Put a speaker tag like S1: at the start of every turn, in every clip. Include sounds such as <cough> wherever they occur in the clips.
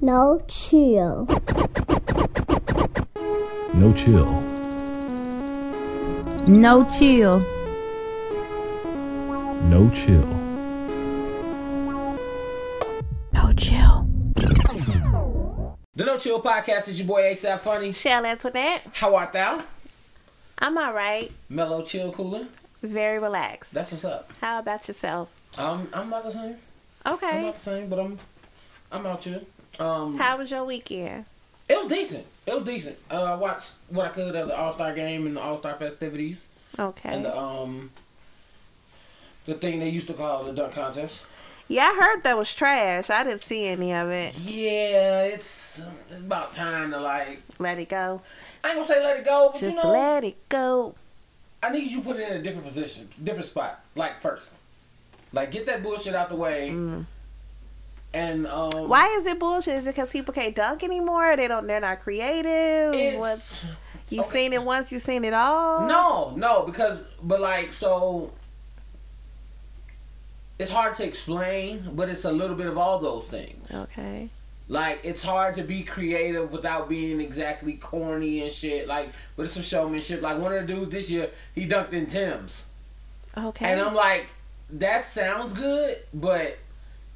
S1: No chill.
S2: No chill.
S3: No chill.
S2: No chill.
S3: No chill.
S4: The No Chill Podcast is your boy ASAP Funny.
S5: Shall Antoinette.
S4: How art thou?
S5: I'm all right.
S4: Mellow Chill Cooler.
S5: Very relaxed.
S4: That's what's up.
S5: How about yourself?
S4: Um, I'm not the same. I'm
S5: Okay.
S4: not the same, but I'm I'm out here. Um,
S5: How was your weekend?
S4: it was decent. It was decent. Uh, I watched what I could of the All Star game and the All Star festivities
S5: Okay.
S4: and the um the thing they used to call the dunk contest.
S5: yeah, I heard that was trash. I didn't see any of it.
S4: Yeah, it's it's about time to like
S5: Let it go.
S4: I ain't gonna say let it go, but you
S5: Just
S4: know
S5: let it go.
S4: I need you to put it in a different position, different spot, like first, like get that bullshit out the way. And um,
S5: Mm. Why is it bullshit? Is it because people can't dunk anymore? They don't. They're not creative. What-
S4: It's
S5: you seen it once. You seen it all.
S4: No, no, because but like so it's hard to explain, but it's a little bit of all those things.
S5: Okay.
S4: Like it's hard to be creative without being exactly corny and shit. Like, but it's some showmanship. Like one of the dudes this year, he dunked in Tim's.
S5: Okay.
S4: And I'm like, that sounds good, but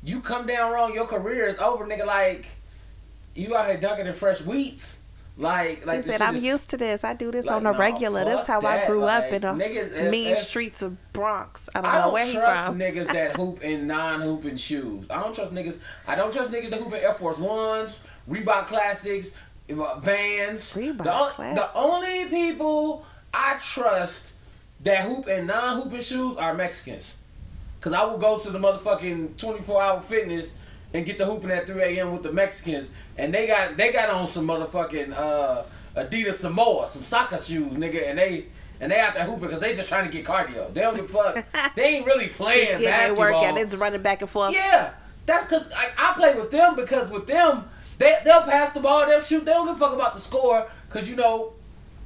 S4: you come down wrong, your career is over, nigga. Like, you out here dunking in fresh wheats. Like, like
S5: he
S4: this
S5: said,
S4: shit
S5: "I'm
S4: is-
S5: used to this. I do this
S4: like,
S5: on the
S4: nah,
S5: regular. This
S4: fuck
S5: how I
S4: that.
S5: grew
S4: Like,
S5: up in the
S4: niggas, if-
S5: mean
S4: if-
S5: streets of Bronx. I don't
S4: I
S5: know
S4: don't
S5: where he
S4: trust
S5: from. <laughs>
S4: niggas that hoop in non-hooping shoes. I don't trust niggas. I don't trust niggas that hoop in Air Force Ones, Reebok Classics, uh, Vans.
S5: Reebok
S4: the, on-
S5: Classics.
S4: the only people I trust that hoop in non-hooping shoes are Mexicans. Cause I will go to the motherfucking 24-hour fitness and get the hooping at 3 a.m. with the Mexicans, and they got they got on some motherfucking uh, Adidas Samoa, some soccer shoes, nigga, and they and they out there hooping because they just trying to get cardio. They don't give a
S5: <laughs>
S4: fuck. they ain't really playing
S5: Just getting their
S4: Oh, basketball.
S5: workout. It's running back and forth.
S4: yeah, that's because I, I play with them because with them they they'll pass the ball, they'll shoot, they don't give a fuck about the score because you know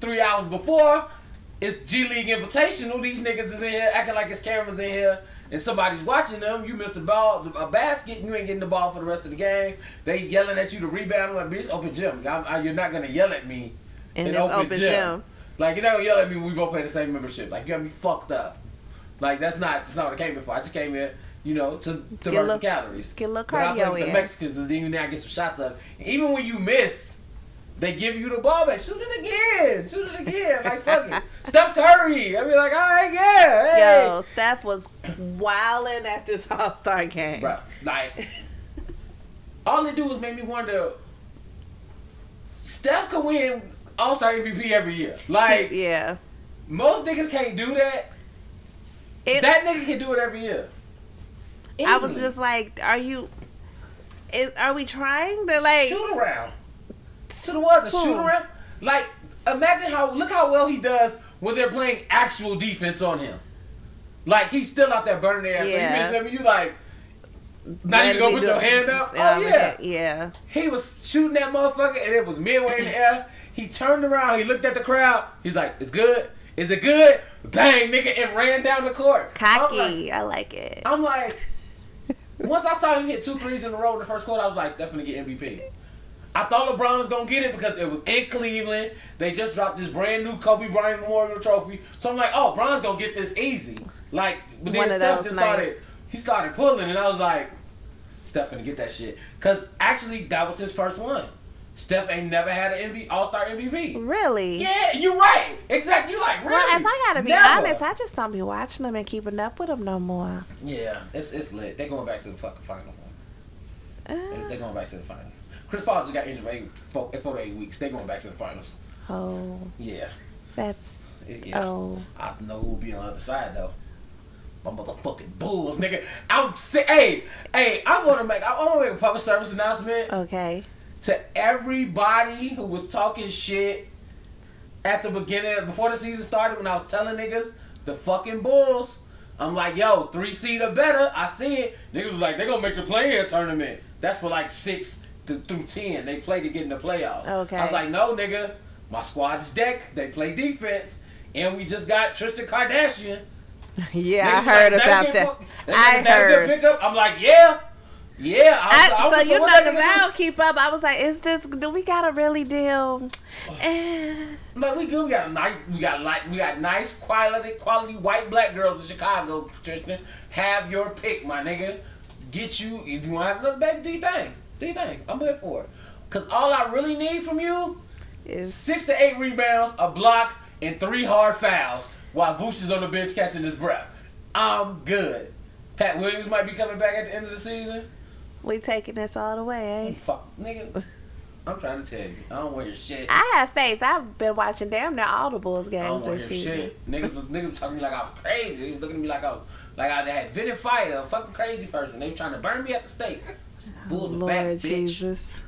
S4: three hours before it's G League Invitational. These niggas is in here acting like it's cameras in here and somebody's watching them. You missed the ball, a basket, you ain't getting the ball for the rest of the game. They yelling at you to rebound. I'm like, bitch, it's open gym. I'm, I, you're not gonna yell at me
S5: in
S4: in
S5: this open, gym.
S4: Like you're not gonna yell at me when we both pay the same membership. Like you got me fucked up. Like that's not that's not what I came here for. I just came here, you know, to to
S5: Get
S4: burn some
S5: look-
S4: calories.
S5: get a little
S4: But I play
S5: cardio
S4: with the
S5: in.
S4: Mexicans because then you now get some shots up. And even when you miss, they give you the ball back. Shoot it again. Shoot it again. Like fuck
S5: <laughs>
S4: it. Steph Curry. I be like, all right, yeah. Hey.
S5: Yo, Steph was wilding at this All Star game.
S4: Bro, like, all it do is make me wonder. Steph could win All Star MVP every year. Like,
S5: <laughs> yeah,
S4: Most niggas can't do that.
S5: it,
S4: that nigga can do it every year.
S5: I was
S4: Easily.
S5: just like, are you? Is, are we trying to like?
S4: shoot around. So there was a
S5: Hmm.
S4: shoot around. Like imagine how look how well he does when they're playing actual defense on him. Like he's still out there burning their ass.
S5: Yeah.
S4: So you mean you like not
S5: let
S4: even gonna
S5: me
S4: put
S5: do
S4: your
S5: it?
S4: hand up?
S5: Yeah,
S4: oh
S5: I'm
S4: yeah.
S5: like, yeah.
S4: He was shooting that motherfucker and it was midway in the air. He turned around, he looked at the crowd, he's like, It's good? Is it good? Bang, nigga, and ran down the court. I'm like,
S5: Cocky, I like it.
S4: I'm like, once I saw him hit two threes in a row in the first quarter, I was like, definitely get MVP. I thought LeBron was gonna get it because it was in Cleveland. They just dropped this brand new Kobe Bryant Memorial Trophy, so I'm like, oh, Bron's gonna get this easy. Like, but then
S5: One of
S4: Steph
S5: those
S4: just
S5: nights.
S4: started, he started pulling, and I was like, Steph gonna get that shit, cause actually that was his first one. Steph ain't never had an NBA All Star MVP.
S5: Really?
S4: Yeah, you're right. Exactly. You're like, really?
S5: Well, if I gotta be
S4: Never.
S5: honest, I just don't be watching them and keeping up with them no more.
S4: Yeah, it's it's lit. They're going back to the fucking finals.
S5: Uh,
S4: They- They're going back to the finals. Chris Paul just got injured for eight, four, four to eight weeks. They're going back to the finals.
S5: oh,
S4: Yeah.
S5: that's
S4: yeah.
S5: oh.
S4: I know who'll be on the other side though. My motherfucking Bulls, nigga. I'm sick. Hey, hey, I want to make. I want to make a public service announcement
S5: Okay. <laughs>
S4: to everybody who was talking shit at the beginning, before the season started, when I was telling niggas the fucking Bulls. I'm like, yo, three seed or better. I see it. Niggas was like, they gonna make the play-in tournament. That's for like six to, through ten. They play to get in the playoffs.
S5: Okay.
S4: I was like, no, nigga, my squad is decked. They play defense, and we just got Tristan Kardashian.
S5: Yeah, I
S4: Niggas like,
S5: heard
S4: "Never
S5: about
S4: get
S5: that.
S4: booked. Niggas
S5: I
S4: never get
S5: heard.
S4: pickup. I'm like, yeah. Yeah, I was, I,
S5: I,
S4: was
S5: so
S4: like,
S5: you know,
S4: what that
S5: because
S4: nigga
S5: I
S4: do?
S5: don't keep up. I was like, is this? Do we gotta really deal? <sighs> Eh.
S4: Like we good, we got nice, we got like we got nice quality, quality white black girls in Chicago. Patricia, have your pick, my nigga. Get you if you want to have another baby, do your thing, do your thing. I'm here for it. Cause all I really need from you is
S5: Is
S4: six to eight rebounds, a block, and three hard fouls while Vooch is on the bench catching his breath. I'm good. Pat Williams might be coming back at the end of the season.
S5: we taking this all the way? Eh?
S4: Fuck, nigga. I'm trying to tell you, I don't want your shit.
S5: eh? I have faith. I've been watching damn near all the Bulls
S4: I don't
S5: games
S4: want
S5: this
S4: to
S5: season.
S4: hear shit. Niggas was niggas was talking to me like I was crazy. They was looking at me like I was like I had vented fire, a fucking crazy person. They was trying to burn me at the stake. Bulls are
S5: Lord
S4: back, bitch.
S5: Jesus,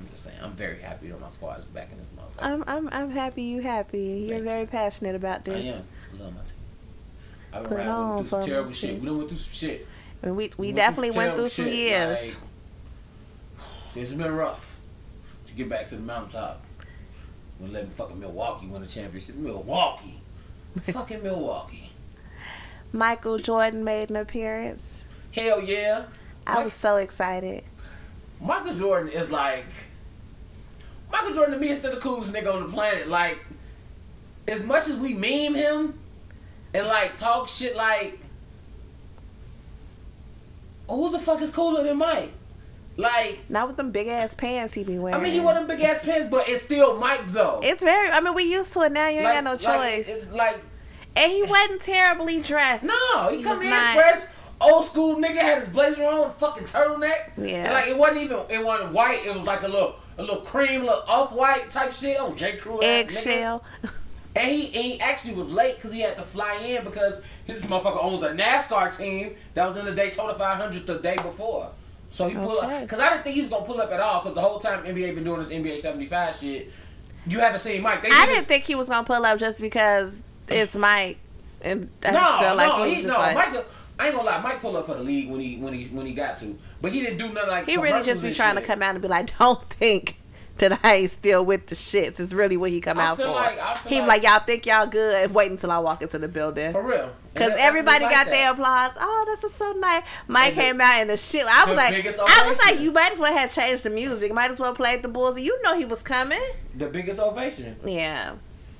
S4: I'm just saying, I'm very happy that my squad is back in this motherfucker.
S5: I'm I'm I'm happy you happy. You're
S4: Thank
S5: very passionate about
S4: I
S5: this.
S4: am. I love my team. I've
S5: Put
S4: been
S5: it
S4: riding
S5: on,
S4: with some
S5: fuck,
S4: terrible
S5: let's
S4: shit.
S5: see.
S4: We done went through some shit.
S5: And we we
S4: through
S5: definitely went
S4: terrible
S5: through some
S4: shit,
S5: years.
S4: like, it's been rough to get back to the mountaintop. When letting fucking Milwaukee win the championship. Milwaukee.
S5: <laughs>
S4: fucking Milwaukee.
S5: Michael Jordan made an appearance.
S4: Hell yeah.
S5: I was so excited.
S4: Michael Jordan is like Michael Jordan to me is still the coolest nigga on the planet. Like as much as we meme him and like talk shit like who the fuck is cooler than Mike? Like
S5: Not with them big ass pants he be
S4: I
S5: wearing.
S4: mean he wore them big ass pants, but it's still Mike though.
S5: It's very. I mean, we used to it now. You ain't got no
S4: like,
S5: choice.
S4: it's like
S5: and he wasn't terribly dressed.
S4: no, he,
S5: was
S4: coming in
S5: not-
S4: fresh. Old school nigga had his blazer on, fucking turtleneck.
S5: Yeah.
S4: And like it wasn't even it wasn't white. It was like a little a little cream, little off white type shit. Oh, J Crew ass nigga.
S5: Eggshell.
S4: And he, and he actually was late because he had to fly in because his motherfucker owns a NASCAR team that was in the Daytona 500 the day before. So he pulled up
S5: Okay.
S4: because I didn't think he was gonna pull up at all because the whole time NBA been doing this NBA 75 shit. You haven't seen Mike. They
S5: I
S4: did
S5: didn't
S4: this-
S5: think he was gonna pull up just because it's Mike, and I just
S4: no,
S5: felt like
S4: no,
S5: he was
S4: he,
S5: just
S4: no.
S5: like
S4: Mike, I ain't gonna lie. Mike pulled up for the league when he when he when he got to, but he didn't do nothing like
S5: he really just
S4: commercials
S5: be
S4: and
S5: trying to
S4: shit.
S5: come out and be like, "Don't think that I ain't still with the shits." Is really what he come
S4: I
S5: out
S4: feel
S5: for.
S4: like- I feel
S5: he be
S4: like-
S5: like, "Y'all think y'all good? Wait until I walk into the building."
S4: for real. And that-
S5: Cause
S4: that's what
S5: everybody
S4: Mike
S5: got
S4: at.
S5: their applause. Oh, this is so nice. Mike
S4: And the-
S5: came out and the shit. I was
S4: the
S5: like,
S4: biggest
S5: I was like,
S4: ovation.
S5: you might as well have changed the music. Might as well played the Bulls. You know he was coming.
S4: the biggest ovation.
S5: Yeah,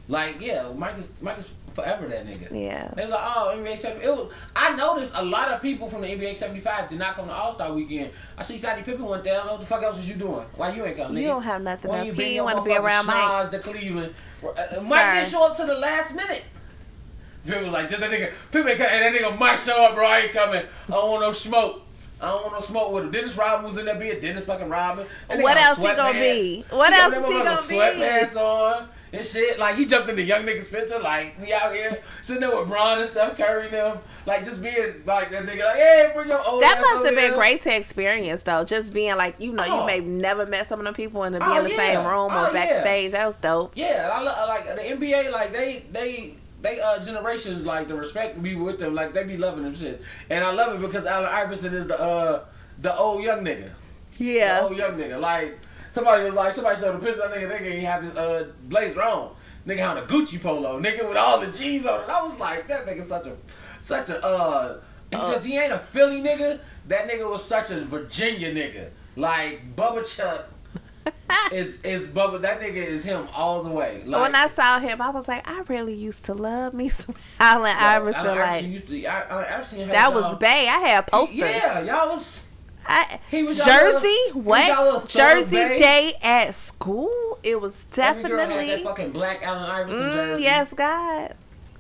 S4: Like yeah, Mike is Mike is forever that nigga.
S5: yeah.
S4: They was like, oh, NBA 75. It was, I noticed a lot of people from the NBA 75 did not come to All Star weekend. I see Scottie Pippen went there. I don't know what the fuck else was you doing. Why you ain't come, nigga?
S5: You don't have nothing
S4: Why
S5: else.
S4: you
S5: He
S4: bring
S5: didn't
S4: your
S5: wanna be
S4: motherfucking
S5: around Mike.
S4: schnoz to Cleveland. Uh, Mike didn't
S5: Sorry.
S4: show up to the last minute. People was like, just that nigga, Pippen ain't come, and that nigga Mike show up, bro. I ain't coming. I don't want no smoke. I don't want no smoke with him. Dennis Rodman was in there being Dennis fucking Rodman. That nigga
S5: What
S4: had
S5: else he gonna
S4: sweatpants.
S5: be? What
S4: got
S5: else
S4: that
S5: is he
S4: motherfucking
S5: gonna be?
S4: Sweatpants on and shit. Like he jumped in the young niggas picture. Like we out here sitting there with Bron and Steph Curry and them. Like just being like that nigga. Like hey, bring your old.
S5: That
S4: ass
S5: must
S4: over
S5: have been
S4: here.
S5: great to experience though. Just being like, you know,
S4: Oh.
S5: you may never met some of them people and to be
S4: Oh,
S5: in the same
S4: yeah.
S5: room
S4: Oh,
S5: or
S4: yeah.
S5: backstage. That was dope.
S4: Yeah, I lo- I like the NBA. Like they they. They uh generations like the respect be with them like they be loving them shit and I love it because Allen Iverson is the uh the old young nigga
S5: Yeah.
S4: old young nigga. Like somebody was like somebody showed a picture of that nigga. Nigga he have his uh blazer on. Nigga on a Gucci polo. Nigga with all the G's on it. I was like that nigga such a such a uh because he ain't a Philly nigga. That nigga was such a Virginia nigga. Like Bubba
S5: <laughs>
S4: Chuck is is Bubba. That nigga is him all the way. Like,
S5: when I saw him, I was like, I really used to love me <laughs> some Allen
S4: Allen
S5: Iverson.
S4: Iverson
S5: Like
S4: used to- I- Allen Iverson had
S5: that was
S4: y'all-
S5: Bay. I had posters.
S4: Yeah, y'all was.
S5: I,
S4: He was y'all
S5: Jersey,
S4: little- he was y'all little
S5: what? Jersey
S4: thug bae.
S5: day at school. It was
S4: Every girl had that
S5: definitely.
S4: fucking black Allen Iverson
S5: Mm,
S4: jersey.
S5: yes, God.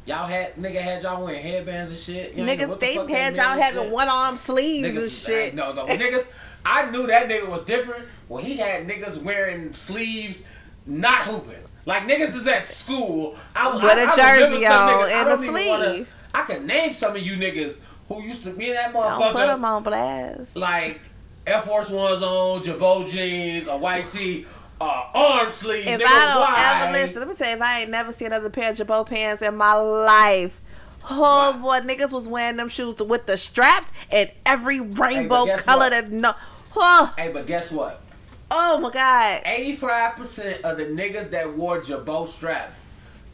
S4: Y'all had nigga had y'all wearing headbands and shit. You ain't know
S5: Niggas,
S4: what the
S5: they
S4: fuck
S5: had
S4: that
S5: y'all
S4: mean and
S5: having
S4: shit.
S5: one arm sleeves and
S4: Niggas-
S5: shit.
S4: No, no, niggas. I knew that nigga was different when he had niggas wearing sleeves, not hooping. Like niggas is at school. I was
S5: With
S4: I,
S5: a
S4: I remember
S5: jersey
S4: some
S5: on
S4: niggas- I
S5: and a
S4: don't even wanna-
S5: sleeve.
S4: I could name some of you niggas who used to be in that
S5: Don't put
S4: motherfucker
S5: them on blast.
S4: like Air Force Ones on, Jabot jeans, a white tee, uh, arm sleeve.
S5: If
S4: nigga,
S5: I don't
S4: why?
S5: ever listen, let me tell you, if I ain't never seen another pair of Jabot pants in my life. Oh boy, niggas was wearing them shoes with the straps and every rainbow
S4: guess
S5: color
S4: what?
S5: that no. Oh,
S4: Hey, but guess what?
S5: oh my god.
S4: 85% of the niggas that wore Jabot straps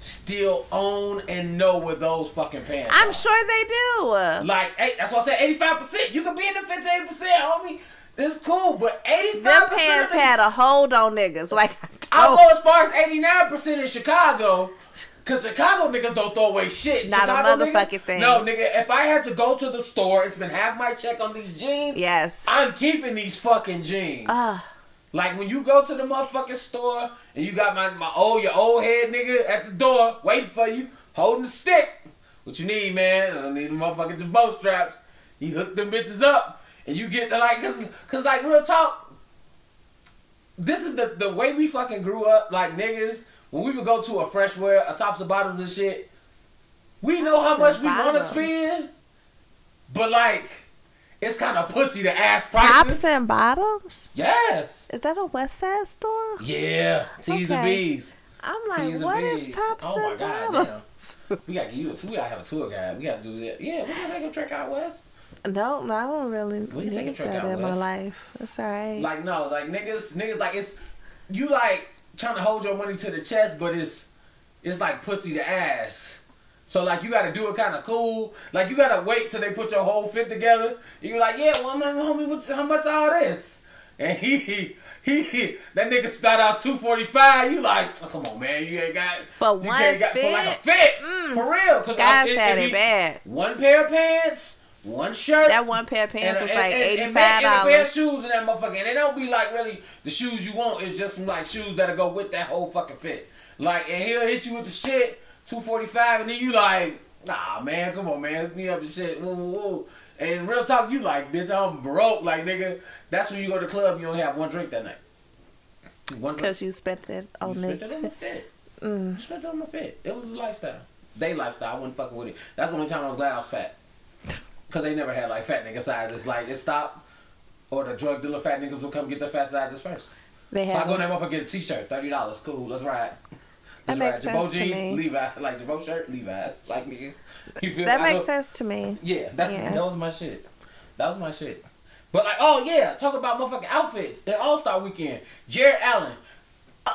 S4: still own and know where those fucking pants
S5: I'm
S4: are.
S5: sure they do.
S4: Like, hey, that's why I said 85%. You could be in the 15%, homie. It's cool, but 85%.
S5: Them pants
S4: of the-
S5: had a hold on niggas. Like,
S4: <laughs> I'll
S5: oh,
S4: go as far as 89% in Chicago. Cause Chicago niggas don't throw away shit.
S5: Not a
S4: Chicago
S5: motherfucking
S4: niggas-
S5: thing.
S4: No, nigga, if I had to go to the store and spend half my check on these jeans,
S5: yes.
S4: I'm keeping these fucking jeans.
S5: Ah,
S4: Like when you go to the motherfucking store and you got my my old your old head nigga at the door waiting for you, holding the stick. What you need, man? I need the motherfucking jabot straps. You hook them bitches up and you get the like, cause, cause like real talk. This is the the way we fucking grew up, like niggas. When we would go to a fresh wear, a tops and bottoms and shit, we know how much
S5: Tops and
S4: we want to
S5: bottoms.
S4: spend, but like, it's kind of pussy to ask prices.
S5: tops and bottoms?
S4: yes.
S5: Is that a West Side store?
S4: Yeah, T's and
S5: Okay.
S4: B's.
S5: I'm
S4: T's
S5: like,
S4: and
S5: what
S4: B's.
S5: is tops
S4: Oh my
S5: and
S4: God,
S5: bottoms?
S4: We gotta get you a tour. We gotta have a tour guide. We gotta do that. Yeah, we gotta take a trek out west.
S5: <laughs> No, no, I don't really
S4: We can take a
S5: need
S4: trip
S5: that
S4: out
S5: in my
S4: west.
S5: life. It's all right.
S4: Like no, like niggas, niggas like it's you like trying to hold your money to the chest, but it's it's like pussy to ass. So like you gotta do it kind of cool. Like you gotta wait till they put your whole fit together. And you're like, yeah, well, man, homie, what, how much all this? And he, he he that nigga spat out two forty five. You like, oh, come on, man, you ain't got
S5: For
S4: you
S5: one
S4: ain't got, for like a
S5: fit?
S4: fit
S5: Mm.
S4: for real. Cause I-
S5: Guys
S4: it-
S5: had
S4: it
S5: it
S4: be-
S5: bad.
S4: One pair of pants, one shirt.
S5: That one pair of pants
S4: a-
S5: was like
S4: and a- And
S5: eighty-five
S4: a pair of
S5: dollars.
S4: shoes in that motherfucker. And it don't be like really the shoes you want. It's just some like shoes that'll go with that whole fucking fit. Like, and he'll hit you with the shit, 245, and then you like, nah, man, come on, man, hook me up and shit. Woo, woo, woo. And real talk, you like, bitch, I'm broke. Like, nigga, that's when you go to the club, you only have one drink that night. One drink.
S5: Because you spent it
S4: You
S5: on
S4: spent
S5: this.
S4: it on the fit.
S5: Mm.
S4: You spent it on the fit. It was a lifestyle. They lifestyle. I wasn't fucking with it. That's the only time I was glad I was
S5: <laughs>
S4: fat. Cause they never had like fat nigga sizes. Like it stopped, or the drug dealer fat niggas would come get the fat sizes first.
S5: They
S4: So I
S5: had
S4: go in there motherfucker get a t-shirt, thirty dollars. Cool, let's ride. Let's
S5: That makes
S4: ride. Jabot
S5: sense to
S4: jeans,
S5: me.
S4: Levi, like Jabot shirt, Levi's, like nigga. You feel
S5: that
S4: I
S5: makes
S4: go-
S5: sense to me.
S4: Yeah, that,
S5: Yeah.
S4: that was my shit. That was my shit. But like, oh yeah, talk about motherfucking outfits. At All Star Weekend, Jared Allen. Uh,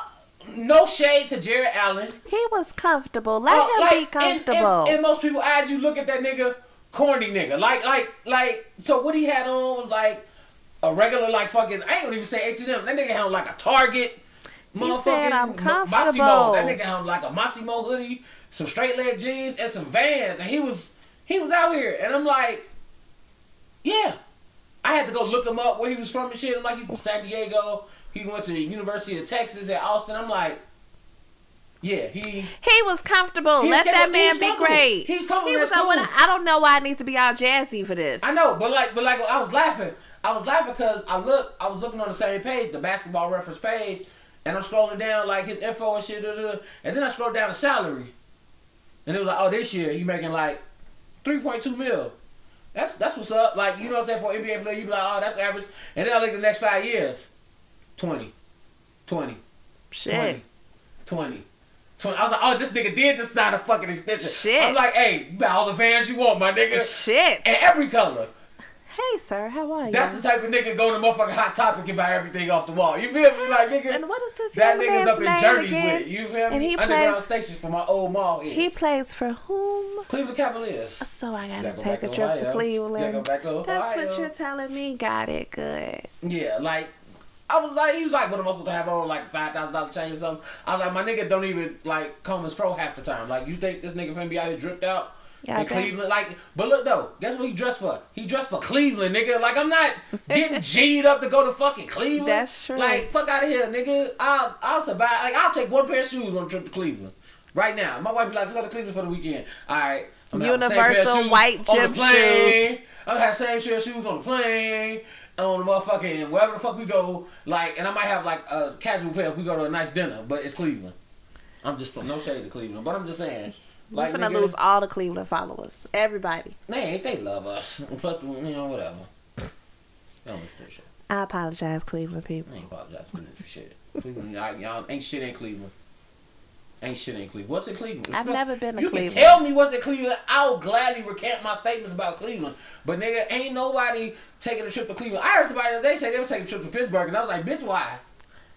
S4: no shade to Jared Allen.
S5: He was comfortable. Let
S4: Uh,
S5: him
S4: Mm. like,
S5: be comfortable.
S4: In, in, in most people eyes, you look at that nigga, corny nigga. Like, like, like. So what he had on was like a regular, like fucking. I ain't gonna even say H&M. That nigga had on like a Target.
S5: You
S4: motherfucking
S5: said I'm
S4: Ma-
S5: comfortable.
S4: Massimo. That nigga had on like a Massimo hoodie, some straight leg jeans, and some Vans, and he was he was out here, and I'm like, yeah. I had to go look him up where he was from and shit. I'm like, he from San Diego. He went to the University of Texas at Austin. I'm like, yeah, he
S5: he was comfortable.
S4: He's
S5: Let that
S4: comfortable.
S5: man
S4: He's
S5: be
S4: comfortable.
S5: great.
S4: He's comfortable.
S5: He was
S4: That's
S5: like, what-
S4: cool.
S5: I don't know why I need to be all jazzy for this.
S4: I know, but like, but like, I was laughing. I was laughing because I look, I was looking on the same page, the basketball reference page, and I'm scrolling down like his info and shit, duh, duh, duh. and then I scroll down the salary, and it was like, oh, this year you making like 3.2 mil. That's that's what's up. Like you know what I'm saying for an NBA player, you be like, oh, that's average. And then I look at the next five years, 20, 20,
S5: Shit.
S4: 20, 20. 20. I was like, oh, this nigga did just sign a fucking extension.
S5: Shit.
S4: I'm like, hey, you got all the fans you want, my nigga.
S5: Shit.
S4: And every color.
S5: Hey, sir, how are you?
S4: That's the type of nigga go to motherfucking Hot Topic and buy everything off the wall. You feel me? Like,
S5: and
S4: nigga,
S5: what is this
S4: that
S5: young
S4: nigga's up
S5: man's
S4: in
S5: name
S4: Journeys
S5: again?
S4: with. You feel me?
S5: And he
S4: Underground
S5: plays-
S4: station for my old mom.
S5: He plays for whom?
S4: Cleveland Cavaliers.
S5: So I gotta
S4: Gotta go
S5: take
S4: back
S5: a
S4: to
S5: trip to
S4: Ohio. Gotta go
S5: Cleveland.
S4: back to
S5: That's
S4: Ohio.
S5: what you're telling me. Got it. Good.
S4: Yeah, like I was like, he was like, "What am I supposed to have on? Like five thousand dollar chain or something?" I was like, "My nigga don't even like comb his fro half the time. Like you think this nigga finna be out here dripped out in
S5: Goddamn.
S4: Cleveland? Like, but look though, guess what he dressed for? He dressed for Cleveland, nigga. Like I'm not
S5: <laughs>
S4: getting G'd up to go to fucking Cleveland.
S5: That's true.
S4: Like fuck out of here, nigga. I'll I'll survive. Like I'll take one pair of shoes on a trip to Cleveland right now. My wife be like, "Let's go to Cleveland for the weekend." All right. I'm gonna have the same pair of
S5: Universal
S4: shoes
S5: white
S4: on the
S5: gym
S4: plane.
S5: shoes.
S4: I'm gonna have same shit shoes on the plane, on the motherfucking wherever the fuck we go. Like, and I might have like a casual pair if we go to a nice dinner, but it's Cleveland. I'm just no shade to Cleveland, but I'm just saying,
S5: We're
S4: like,
S5: gonna
S4: nigga,
S5: lose all the Cleveland followers. Everybody.
S4: they they love us. <laughs> And Plus, you know, whatever. Don't listen to shit.
S5: I apologize, Cleveland people.
S4: I ain't apologize for this shit. Cleveland, y'all, y'all ain't shit in Cleveland. Ain't shit in Cleveland. What's in Cleveland?
S5: I've never been to
S4: you
S5: Cleveland.
S4: can tell me what's in Cleveland. I'll gladly recant my statements about Cleveland. But nigga, ain't nobody taking a trip to Cleveland. I heard somebody they say they were taking a trip to Pittsburgh, and I was like, bitch, why?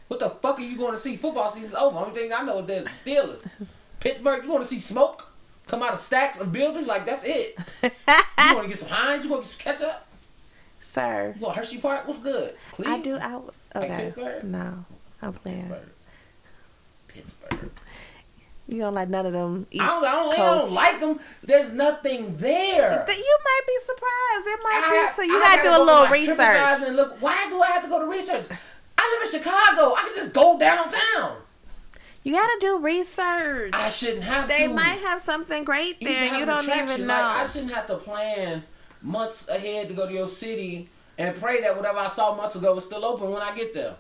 S4: What the fuck are you going to see? Football season's over. Only thing I know is there's the Steelers. Pittsburgh, you want to see smoke come out of stacks of buildings? Like, that's it. You want to get some Heinz? You want to get some ketchup?
S5: Sir,
S4: You want Hershey Park? What's good?
S5: I
S4: Cleveland?
S5: do. I w- okay.
S4: Pittsburgh?
S5: No, I'm playing.
S4: Pittsburgh. Pittsburgh.
S5: You don't like none of them East
S4: I don't, I don't, I
S5: Coast.
S4: don't like them. There's nothing there.
S5: Th- you might be surprised. It might
S4: I-
S5: be so. You
S4: I
S5: gotta, do
S4: go
S5: a
S4: to
S5: little
S4: my
S5: research.
S4: TripAdvisor And look, why do I have to go to research? I live in Chicago. I can just go downtown.
S5: You gotta do research.
S4: I shouldn't have
S5: They
S4: to.
S5: might have something great
S4: should
S5: there.
S4: have
S5: You
S4: an
S5: don't
S4: attraction.
S5: even know.
S4: Like, I shouldn't have to plan months ahead to go to your city and pray that whatever I saw months ago is still open when I get there.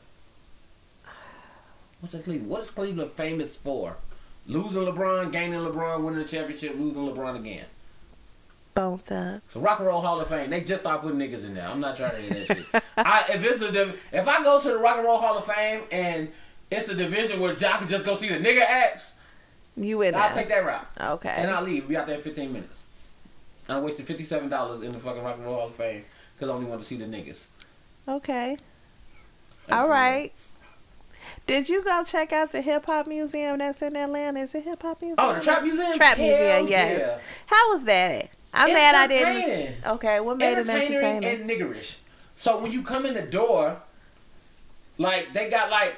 S4: What's in Cleveland? What is Cleveland famous for? Losing LeBron, gaining LeBron, winning the championship, losing LeBron again.
S5: Bone thug.
S4: It's the Rock and Roll Hall of Fame. They just started putting niggas in there. I'm not trying to hear that
S5: <laughs>
S4: shit. I, if it's a div- if I go to the Rock and Roll Hall of Fame and it's a division where y'all can just go see the nigga acts,
S5: You in
S4: I'll
S5: there?
S4: take that route
S5: okay.
S4: and I leave. Be out there in 15 minutes. And I wasted 57 dollars in the fucking Rock and Roll Hall of Fame because I only wanted to see the niggas.
S5: okay. All
S4: Okay.
S5: right. Did you go check out the hip hop museum that's in Atlanta? Is it hip hop museum?
S4: Oh, the Trap Museum.
S5: Trap
S4: Hell
S5: museum. Yes.
S4: yeah.
S5: How was that? I'm glad I didn't.
S4: Entertaining.
S5: s- Okay, what made it
S4: entertaining
S5: entertaining?
S4: and niggerish. So when you come in the door, like they got like